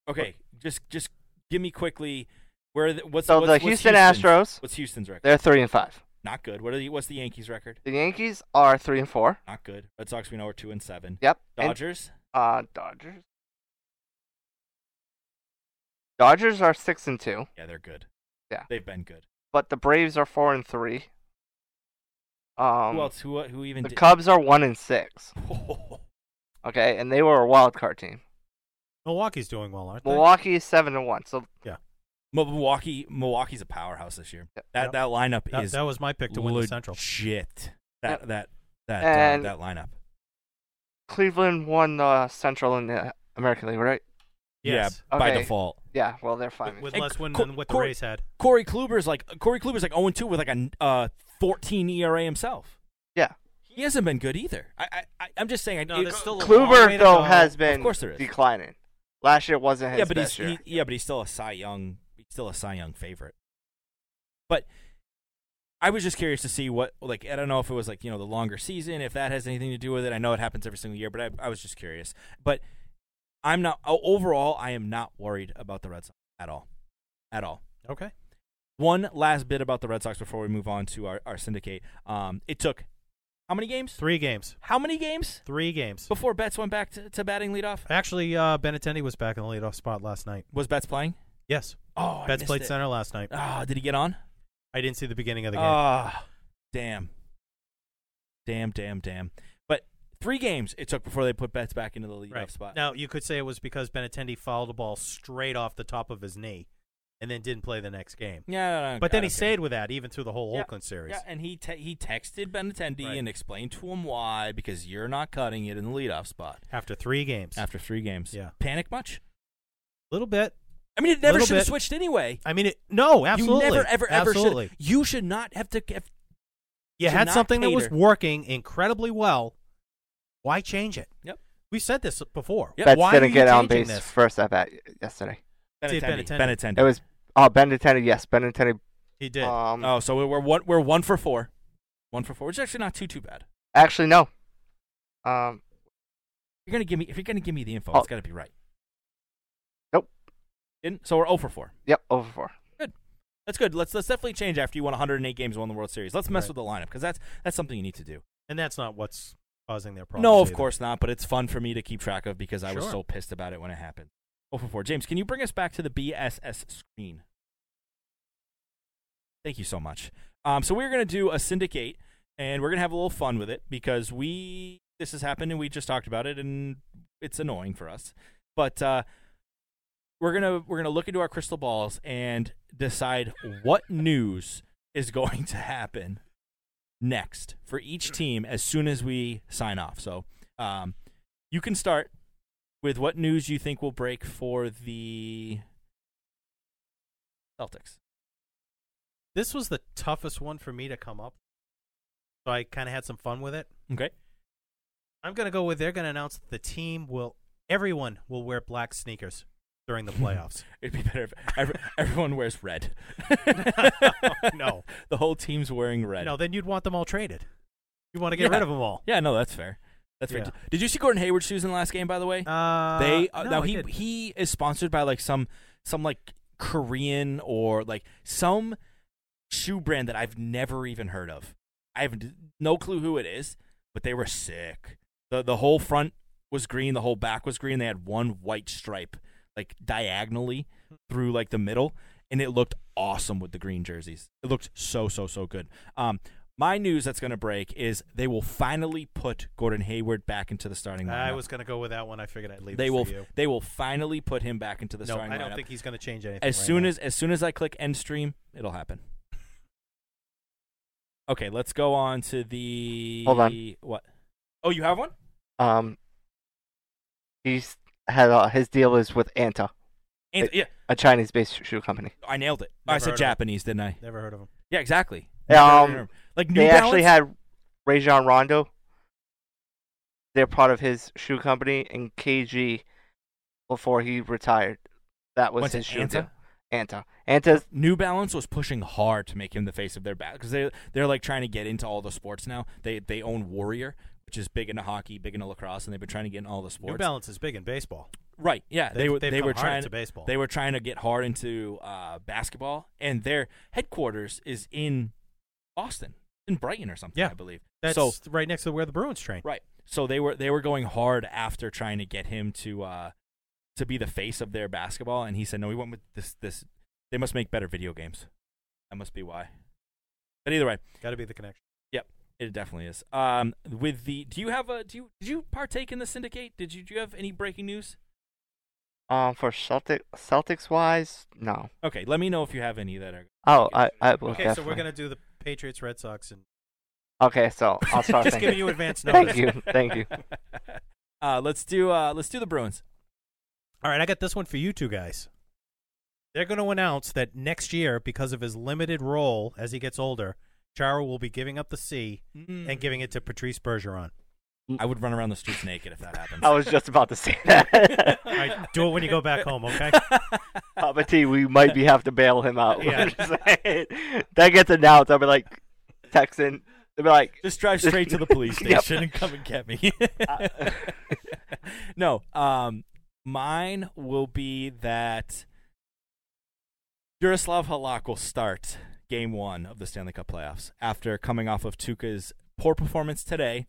Okay, just just give me quickly where the, what's So what's, the what's Houston Houston's- Astros- What's Houston's record? They're three and five. Not good. What are the what's the Yankees record? The Yankees are three and four. Not good. Red Sox we know are two and seven. Yep. And, Dodgers. uh, Dodgers. Dodgers are six and two, Yeah, they're good. Yeah. they've been good. but the Braves are four and three. Um, who else? Who who even? the did- <laughs> Cubs are one and six. Oh, Okay, and they were a wild card team. Milwaukee's doing well, aren't they? Milwaukee is seven and one. So Milwaukee. Milwaukee's a powerhouse this year. Yep. That Yep. that lineup That, is that was my pick to win the Central. Shit. That that that And- uh, that lineup. Cleveland won the Central in the American League, right? Yes. Yeah, by Okay. default. Yeah. Well, they're five. With, and with And less win Co- than what Cor- the Rays had. Corey Kluber's like Corey Kluber's like 0 2 with like a uh, 14 ERA himself. Yeah. He hasn't been good either. I I- I I'm just saying. I No, there's still a long way Kluber to though go. has been course there is. declining. Last year wasn't his yeah, but he's best year. he, yeah, but he's still a Cy Young. He's still a Cy Young favorite. But I was just curious to see what like I don't know if it was like you know the longer season if that has anything to do with it. I know it happens every single year, but I, I was just curious. But I'm not o- overall. I am not worried about the Red Sox at all, at all. Okay. One last bit about the Red Sox before we move on to our, our syndicate. Um, it took how many games? Three games. How many games Three games. before Betts went back to, to batting leadoff? Actually, uh, Benatendi was back in the leadoff spot last night. Was Betts playing? Yes. Oh, I Betts missed played it. center last night. Oh, did he get on? I didn't see the beginning of the game. Ah, damn, damn, damn, damn. But three games it took before they put Betts back into the leadoff right. spot. Now, you could say it was because Benatendi fouled a ball straight off the top of his knee and then didn't play the next game. yeah, no, no, But I then he don't care. stayed with that even through the whole Oh, Yeah, Oakland series. Yeah, and he te- he texted Benatendi Right. and explained to him why because you're not cutting it in the leadoff spot After three games. A after three games. Yeah. panic much? little bit. I mean, it never Little should have bit. switched anyway. I mean, it, no, absolutely. You never ever ever absolutely. should. You should not have to. Have, You should had not something that was cater. working incredibly well. Why change it? Yep. We said this before. Yep. Betts Why didn't are get you on changing base This? first at bat yesterday. Did Benatendi. Benatendi. It was oh Benintendi, yes, Benintendi. He did. Um, oh, so we're one we're one for four, one for four, which is actually not too too bad. actually no. Um, You're gonna give me if you're gonna give me the info, Oh. it's gotta be right. Nope. Didn't, so we're 0 for 4. yep, over four. That's good. Let's let's definitely change after you won 108 games, and won the World Series. Let's mess Right. with the lineup because that's that's something you need to do. and that's not what's causing their problems. no, of either. course not. But it's fun for me to keep track of because I was Sure. so pissed about it when it happened. 0 for 4. James, can you bring us back to the BSS screen? Thank you so much. Um, so we're gonna do a syndicate, and we're gonna have a little fun with it because we this has happened and we just talked about it, and it's annoying for us. But uh, we're gonna we're gonna look into our crystal balls and decide what news is <laughs> going to happen next for each team as soon as we sign off. So um, you can start with what news you think will break for the Celtics. This was the toughest one for me to come up. So I kind of had some fun with it. Okay. I'm going to go with they're going to announce that the team will, everyone will wear black sneakers during <laughs> the playoffs. It'd be better if <laughs> ev- everyone wears red. no. <laughs> The whole team's wearing red. No, then you'd want them all traded. You want to get Yeah. rid of them all. Yeah, no, that's fair. That's fair. Yeah. Did you see Gordon Hayward's shoes in the last game, by the way? <laughs> Uh, they uh, no, now I he didn't. he is sponsored by like some some like Korean or like some shoe brand that I've never even heard of. I have d- no clue who it is, but they were sick. the The whole front was green, the whole back was green. They had one white stripe like diagonally through like the middle, and it looked awesome with the green jerseys. It looked so so so good. Um, my news that's going to break is they will finally put Gordon Hayward back into the starting lineup I was going to go with that one. I figured I'd leave they it will for you. they will finally put him back into the no, starting I don't lineup. think he's going to change anything. as right soon now. as as soon as I click end stream, it'll happen. Okay, let's go on to the Hold on. What? Oh, you have one? Um, he's had uh, his deal is with Anta, And, yeah, a Chinese-based shoe company. I nailed it. I Never heard said of it. Japanese, didn't I? never heard of him. Yeah, exactly. Um, like New they Balance. actually had Rajon Rondo they're part of his shoe company, and KG before he retired. That was What's his it, shoe. Anta? company. Anta. Anta's New Balance was pushing hard to make him the face of their bat because they they're like trying to get into all the sports now. They they own Warrior, which is big into hockey, big into lacrosse, and they've been trying to get in all the sports. New Balance is big in baseball. Right. Yeah. They, They've- were they've they come were hard trying into baseball. They were trying to get hard into uh, basketball, and their headquarters is in Boston, in Brighton or something, Yeah. I believe. That's so right next to where the Bruins train. right. So they were they were going hard after trying to get him to uh, to be the face of their basketball, and he said no. We went with this this. They must make better video games. That must be why. But either way, Got to be the connection. Yep, it definitely is. Um, with the, do you have a, do you, did you partake in the syndicate? Did you, do you have any breaking news? um for Celtic Celtics wise, no. Okay, let me know if you have any that are. Oh, I, I will okay, definitely. so we're gonna do the Patriots, Red Sox, and Okay, so <laughs> I'll start just thinking. giving you advance notice. Thank you, thank you. <laughs> Uh, let's do, uh, let's do the Bruins. All right, I got this one for you two guys. They're going to announce that next year, because of his limited role as he gets older, Chara will be giving up the C and giving it to Patrice Bergeron. I would run around the streets naked if that happens. <laughs> <laughs> I was just about <laughs> to say that. <laughs> All right, do it when you go back <laughs> home, okay? Papa T, we might be have to bail him out. <laughs> Yeah. that gets announced. I'll be like texting. They'll be like, Just drive straight to <laughs> the police Yep. station and come and get me. <laughs> uh, <laughs> no, um, mine will be that Yaroslav Halak will start game one of the Stanley Cup playoffs after coming off of Tuca's poor performance today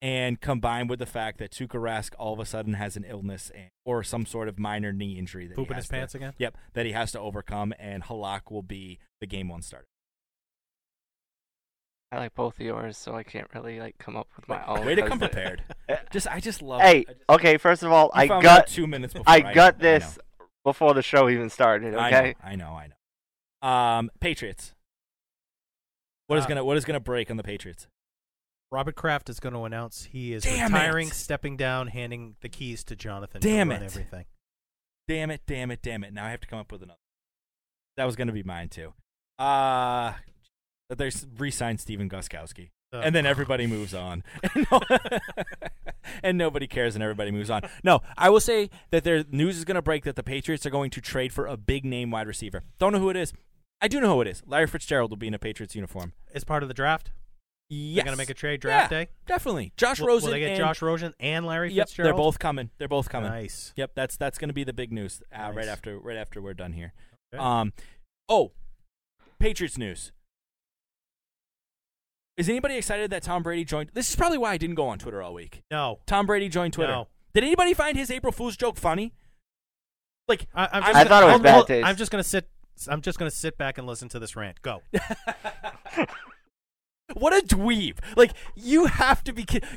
and combined with the fact that Tuka Rask all of a sudden has an illness and, or some sort of minor knee injury that he Poop in has his to- pants again? Yep, that he has to overcome, and Halak will be the game one starter. I like both of yours, so I can't really like come up with my own. Way to 'cause- come <laughs> prepared. Just, I just <laughs> love. Hey, I just- okay. First of all, You I found out got two minutes before. I got know. this before the show even started. I know, Okay, I know. I know. I know. Um, Patriots. What is Uh, gonna What is gonna break on the Patriots? Robert Kraft is going to announce he is Damn retiring, it. stepping down, handing the keys to Jonathan Damn to run it. everything. Damn it! Damn it! Damn it! Now I have to come up with another. That was gonna be mine too. Uh that they s- re-sign Steven Guskowski, Uh, and then everybody moves on, <laughs> and, no- and nobody cares, and everybody moves on. No, I will say that their news is going to break that the Patriots are going to trade for a big name wide receiver. Don't know who it is. I do know who it is. Larry Fitzgerald will be in a Patriots uniform. As part of the draft, Yes. gonna make a trade draft Yeah, day? Definitely. Josh will, will Rosen. they get and- Josh Rosen and Larry Yep, Fitzgerald? they're both coming. They're both coming. Nice. Yep, that's that's going to be the big news uh, right Nice. after right after we're done here. Okay. Um, oh, Patriots news. Is anybody excited that Tom Brady joined? This is probably why I didn't go on Twitter all week. No, Tom Brady joined Twitter. No. Did anybody find his April Fool's joke funny? Like I, I'm I'm just I gonna- thought it was hold- bad hold- taste. I'm just gonna sit. I'm just gonna sit back and listen to this rant. <laughs> Go. what a dweeb! Like you have to be kidding.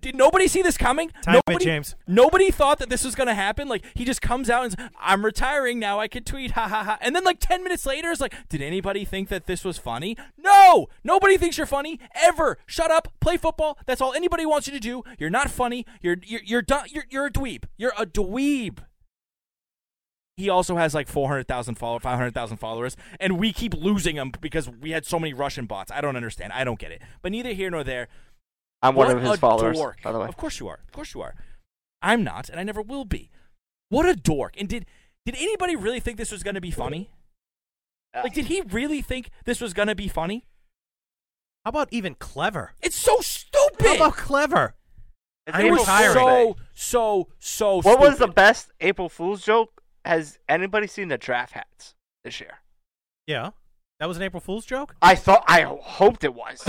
Did nobody see this coming? Time it, nobody, James. Nobody thought that this was going to happen. Like he just comes out and says, "I'm retiring now. I can tweet." Ha ha ha. And then like ten minutes later, it's like, "Did anybody think that this was funny?" No, nobody thinks you're funny ever. Shut up. Play football. That's all anybody wants you to do. You're not funny. You're you're you're done. You're, you're a dweeb. You're a dweeb. He also has like 400,000 followers, 500,000 followers, and we keep losing him because we had so many Russian bots. I don't understand. I don't get it. But neither here nor there. I'm one What of his a followers, dork. by the way. Of course you are. Of course you are. I'm not, and I never will be. What a dork. And did did anybody really think this was going to be funny? Like, did he really think this was going to be funny? How about even clever? It's so How stupid. about clever? It's I it am was April Fool's so Day. so so. What was the stupid. best April Fool's joke? Has anybody seen the draft hats this year? Yeah, that was an April Fool's joke. I thought, I hoped it <laughs> was.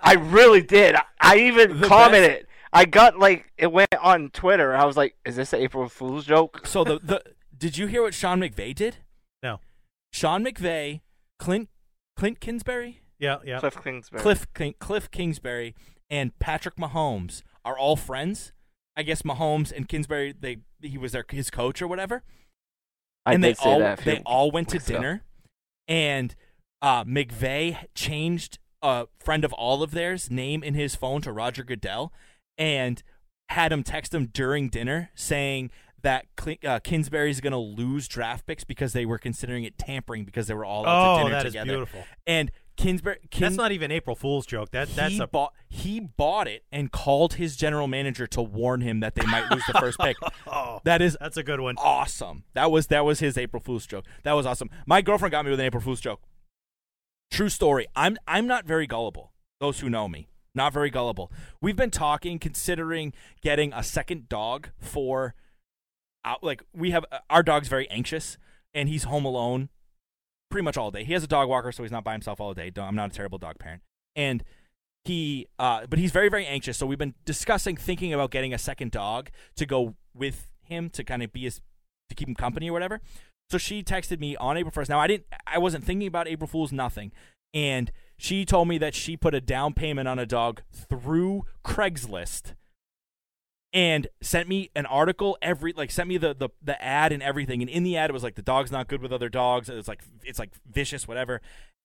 I really did. I, I even The commented. I got like it went on Twitter. I was like, "Is this an April Fool's joke?" So the the did you hear what Sean McVay did? No. Sean McVay, Clint Clint Kingsbury, Yeah, yeah. Cliff Kingsbury. Cliff King, Cliff Kingsbury, and Patrick Mahomes are all friends. I guess Mahomes and Kingsbury they he was their his coach or whatever, I and did they say all that a few they all went to weeks ago. dinner, and uh, McVeigh changed a friend of all of theirs name in his phone to Roger Goodell, and had him text him during dinner saying that Cl- uh, Kingsbury's going to lose draft picks because they were considering it tampering because they were all out to Oh, dinner that is together. beautiful. And Kinsbury. Kin- That's not even April Fool's joke. That that's he <laughs> a bought. He bought it and called his general manager to warn him that they might lose the first pick. oh, That is that's a good one. awesome. That was that was his April Fool's joke. That was awesome. My girlfriend got me with an April Fool's joke. True story. I'm I'm not very gullible. Those who know me, not very gullible. We've been talking, considering getting a second dog for, out like we have uh, our dog's very anxious and he's home alone, pretty much all day. He has a dog walker, so he's not by himself all day. Don't- I'm not a terrible dog parent, and he uh but he's very very anxious so we've been discussing thinking about getting a second dog to go with him to kind of be his to keep him company or whatever so she texted me on april 1st now i didn't i wasn't thinking about april fools nothing and she told me that she put a down payment on a dog through craigslist and sent me an article every like sent me the, the the ad and everything and in the ad it was like the dog's not good with other dogs it's like it's like vicious whatever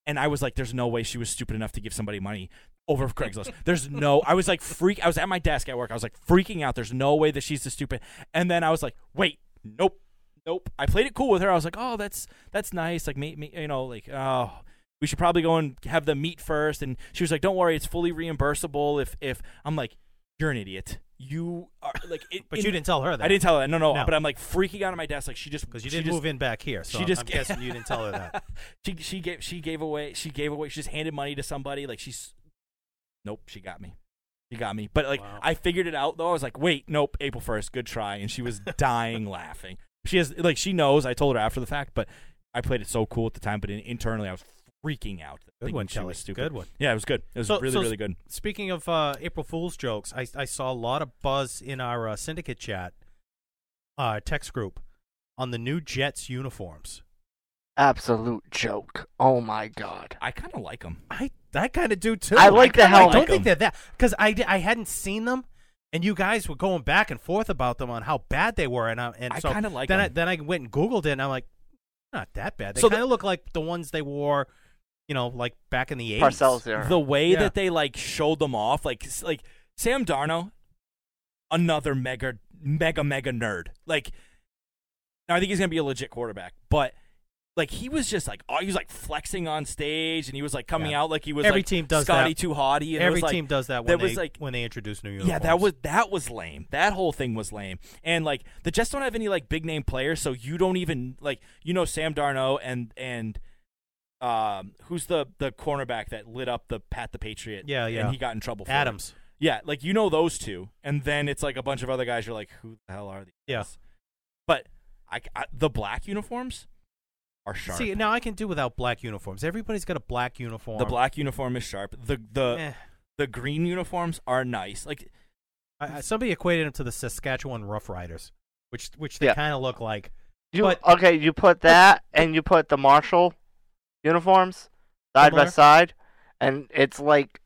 and i was like there's no way she was stupid enough to give somebody money over craigslist there's no i was like freak i was at my desk at work i was like freaking out there's no way that she's the stupid and then i was like wait nope nope i played it cool with her i was like oh that's that's nice like me, me you know like oh we should probably go and have them meet first and she was like don't worry it's fully reimbursable if if i'm like you're an idiot you are like it, But you didn't tell her that. I didn't tell her. that. No, no, No. But I'm like freaking out of my desk. Like she just because you she didn't just- move in back here. So she I'm, just- I'm guessing you didn't tell her that. She she gave she gave away she gave away she just handed money to somebody. Like she's nope. She got me. She got me. But like Wow. I figured it out though. I was like, wait, nope. April first, good try. And she <laughs> was dying laughing. She has like she knows. I told her after the fact, but I played it so cool at the time. But in, internally, I was freaking out. Good thinking one, she Kelly. was stupid. Good one. Yeah, it was good. <laughs> It was really really good. Speaking of uh, April Fool's jokes, I, I saw a lot of buzz in our uh, syndicate chat, uh, text group, on the new Jets uniforms. Absolute joke. Oh my god. I kind of like them. I I kind of do too. I like the kinda- hell I out don't of think they're that because I, di- I hadn't seen them, and you guys were going back and forth about them on how bad they were, and I, and I so kinda like then I, 'em. then I went and googled it, and I'm like, not that bad. They So the- kind of look like the ones they wore, you know, like back in the eighties. Parcells there. the way Yeah. that they like showed them off, like s- like Sam Darno, another mega mega mega nerd. Like, now I think he's gonna be a legit quarterback, but like he was just like oh, he was like flexing on stage, and he was like coming Yeah. out like he was Every like, team does Scotty that. too haughty. And it Every was, like- team does that when there they was like when they introduce new uniforms. yeah, that was that was lame. That whole thing was lame. And like the Jets don't have any like big name players, so you don't even like you know Sam Darno and and um who's the the cornerback that lit up the Pat the Patriot? Yeah, yeah. And he got in trouble. for it. Adams. Yeah, like you know those two, and then it's like a bunch of other guys. You're like, who the hell are these? Yeah. guys? But I, I the black uniforms are sharp. See, now I can do without black uniforms. Everybody's got a black uniform. the black uh, uniform is sharp. The the Eh. the green uniforms are nice. Like I, I- somebody equated them to the Saskatchewan Rough Riders, which which they Yeah. kind of look like. You But- okay? You put that and you put the Marshall uniforms side by Similar? side, and it's like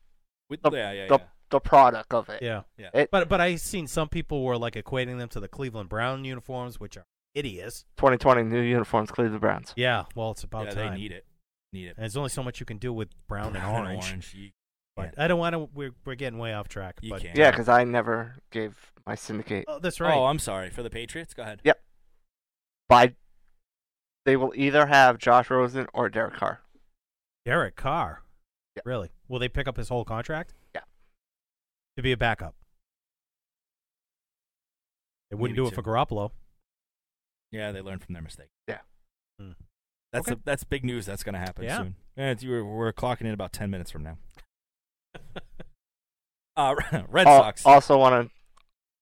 with, the yeah, yeah, the, yeah. the product of it. Yeah. Yeah. It- But but I seen some people were like equating them to the Cleveland Brown uniforms, which are hideous. 2020 new uniforms, Cleveland Browns. Yeah. Well, it's about yeah, time. they need it. Need it. And there's only so much you can do with <laughs> brown, and Brown orange. You, But can't. I don't want to. We're, we're getting way off track. You but can't. Yeah, because I never gave my syndicate. Oh, that's right. Oh, I'm sorry for the Patriots. Go ahead. Yep. By they will either have Josh Rosen or Derek Carr. Derek Carr. Yeah. Really? Will they pick up his whole contract? Yeah. To be a backup. They wouldn't Maybe do it two. for Garoppolo. Yeah, they learned from their mistake. Yeah. Hmm. That's Okay. the- that's big news. That's going to happen Yeah. soon. Yeah, it's- we're, we're clocking in about ten minutes <laughs> from now. uh, <laughs> Red Al- Sox. Also, want a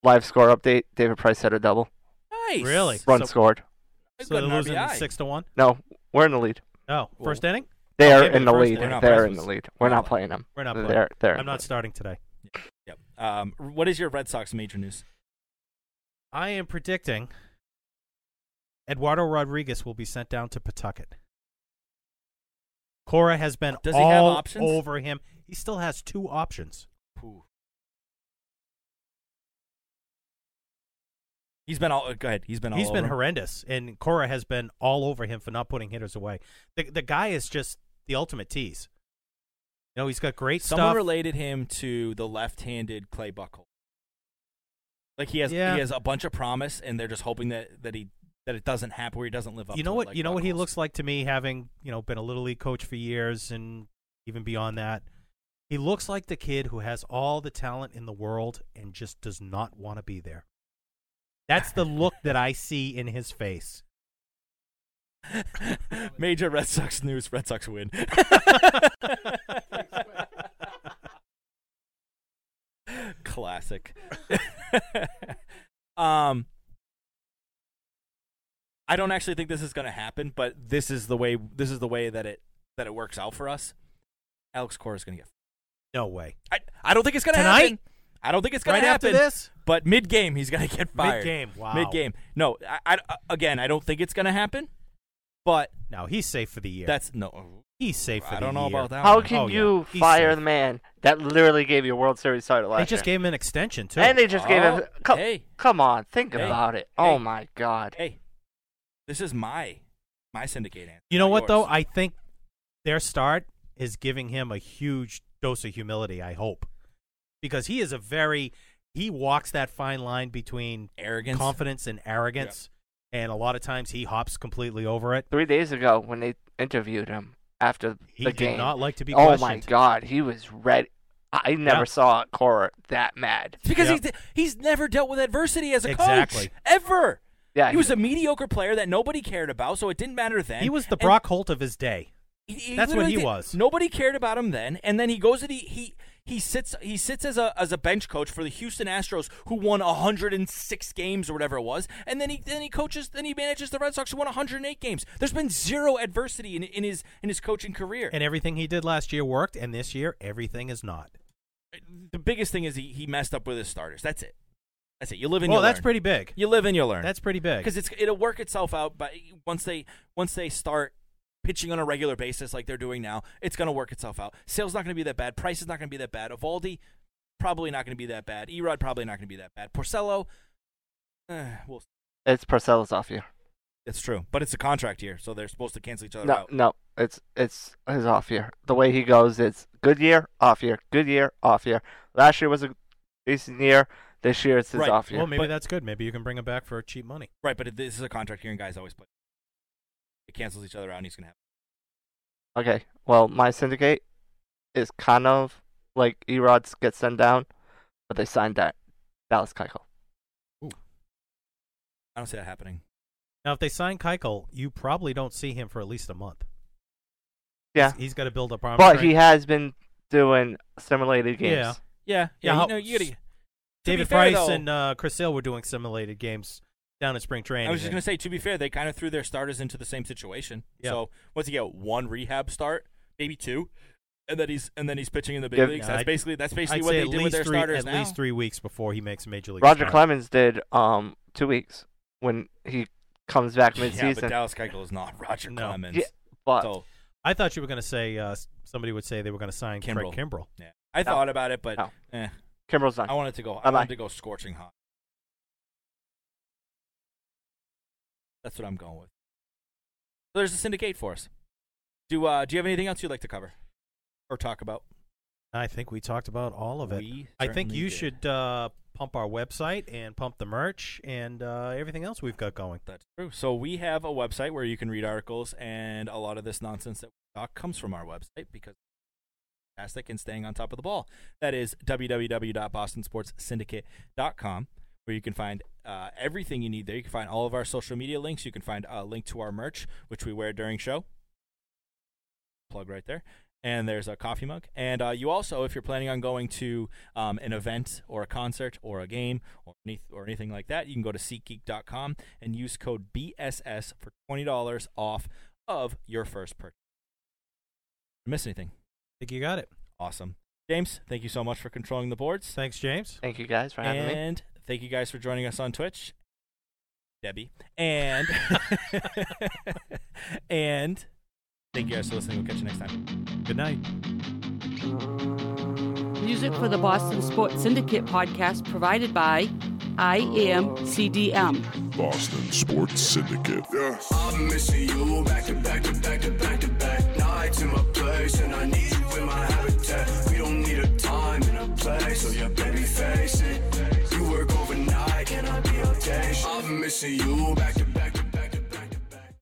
live score update. David Price had a double. nice. Really? Run So- scored. They've So got they're an losing RBI. six to one. No, we're in the lead. Oh, first inning. They are Okay, but in the first lead. we're not They're playing in the this. lead. We're not playing them. We're not They're- playing. they're in I'm the not lead. starting today. Yep. Um, what is your Red Sox major news? I am predicting Eduardo Rodriguez will be sent down to Pawtucket. Cora has been Does he all have options? over him. He still has two options. He's been all. Go ahead. He's been all. He's over been him. horrendous, and Cora has been all over him for not putting hitters away. The the guy is just the ultimate tease. You know, he's got great Someone stuff. related him to the left-handed Clay Buckle. Like he has, Yeah. he has a bunch of promise, and they're just hoping that that he that it doesn't happen, where he doesn't live up. you know to it what? like you know what he Buckles. looks like to me, having you know been a little league coach for years and even beyond that. He looks like the kid who has all the talent in the world and just does not want to be there. That's the look <laughs> that I see in his face. <laughs> Major Red Sox news: Red Sox <laughs> win. Classic. <laughs> um, I don't actually think this is going to happen, but this is the way. This is the way that it that it works out for us. Alex Cora is going to get. No way. I I don't think it's going to Tonight? happen. I don't think it's going right to happen. after this, But mid game, he's gonna get fired. Mid-game, wow. Mid game. No, I, I- again, I don't think it's gonna happen. But no, he's safe for the year. that's no. he's safe I for the don't know year. about that. How one. can Oh, yeah. you He's fire safe. the man that literally gave you a World Series title last They just year? gave him an extension too. and they just gave him. Oh, Come, hey. come on, think Hey. about it. Oh Hey. my God. Hey, this is my my syndicate answer. you know not what though? yours. I think their start is giving him a huge dose of humility. I hope because he is a very he walks that fine line between arrogance. confidence and arrogance, and a lot of times he hops completely over it. Three days ago, when they interviewed him after He the did game, not like to be oh my questioned. God, he was ready. I never Yeah. saw Cora that mad. because Yeah. he's he's never dealt with adversity as a Exactly. coach ever. Yeah, He was a mediocre player that nobody cared about, so it didn't matter then. He was the And Brock Holt of his day. He- he That's what literally he did- was. Nobody cared about him then, and then he goes to the he he sits he sits as a as a bench coach for the Houston Astros, who won 106 games or whatever it was, and then he then he coaches then he manages the Red Sox, who won 108 games. There's been zero adversity in, in his in his coaching career. And everything he did last year worked, and this year everything is not. the biggest thing is he, he messed up with his starters. That's it. That's it. You live and Well, you that's learn. pretty big. You live and you learn. That's pretty big. because it's it'll work itself out. But once they once they start pitching on a regular basis like they're doing now, it's gonna work itself out. Sales not gonna be that bad. Price is not gonna be that bad. Evaldi probably not gonna be that bad. Erod probably not gonna be that bad. Porcello, eh, well, it's Parcells off year. it's true, but it's a contract year, so they're supposed to cancel each other No, out. no, it's it's his off year. The way he goes, it's good year, off year, good year, off year. Last year was a decent year. This year it's his Right. off year. well, maybe But- that's good. Maybe you can bring him back for cheap money. Right, but it, this is a contract year, and guys always play. It cancels each other out, and he's gonna have. Okay. Well, my syndicate is kind of like Erod's gets sent down, but they signed that Dallas Keuchel. I don't see that happening. Now, if they sign Keuchel, you probably don't see him for at least a month. Yeah, He's- he's got to build up arm. but strength. he has been doing simulated games. Yeah. Yeah, Yeah, yeah. how- you know, you gotta, to David be fair, Price though- and uh, Chris Sale were doing simulated games down in spring training. I was just and- gonna say, to be fair, they kind of threw their starters into the same situation. Yeah. So once you get one rehab start, maybe two, and then he's and then he's pitching in the big Give- leagues. Yeah, That's I'd- basically that's basically I'd what say they at did least with their three, starters at now. least three weeks before he makes a major league. Roger start. Clemens did um two weeks when he comes back <laughs> yeah, but mid-season. Dallas Keuchel is not Roger No. Clemens. Yeah, but so I thought you were gonna say uh, s- somebody would say they were gonna sign Kimbrel. Craig Kimbrel. yeah, I No. thought about it, but No. eh, Kimbrel's not. I wanted to go. I Bye-bye. wanted to go scorching hot. That's what I'm going with. So there's a syndicate for us. Do uh, do you have anything else you'd like to cover or talk about? I think we talked about all of it. We I think certainly you did. should uh, pump our website and pump the merch and uh, everything else we've got going. That's true. So we have a website where you can read articles, and a lot of this nonsense that we talk comes from our website because it's fantastic and staying on top of the ball. That is www.bostonsportssyndicate.com, where you can find uh, everything you need there. You can find all of our social media links. You can find a link to our merch, which we wear during show. Plug right there. And there's a coffee mug. And uh, you also, if you're planning on going to um, an event or a concert or a game or, any, or anything like that, you can go to SeatGeek.com and use code BSS for twenty dollars off of your first purchase. Miss anything? I think you got it. Awesome, James. Thank you so much for controlling the boards, Thanks, James. Thank you guys for having me. and thank you guys for joining us on Twitch, Debbie, and <laughs> and thank you guys for listening. We'll catch you next time. Good night. Music for the Boston Sports Syndicate podcast provided by IMCDM. Boston Sports Syndicate. I'm missing you back to back to back to back to back nights in my place, and I need you in my habitat. We don't need a time and a place, so yeah, baby, face it. You work overnight, can I be on days? I'm missing you back to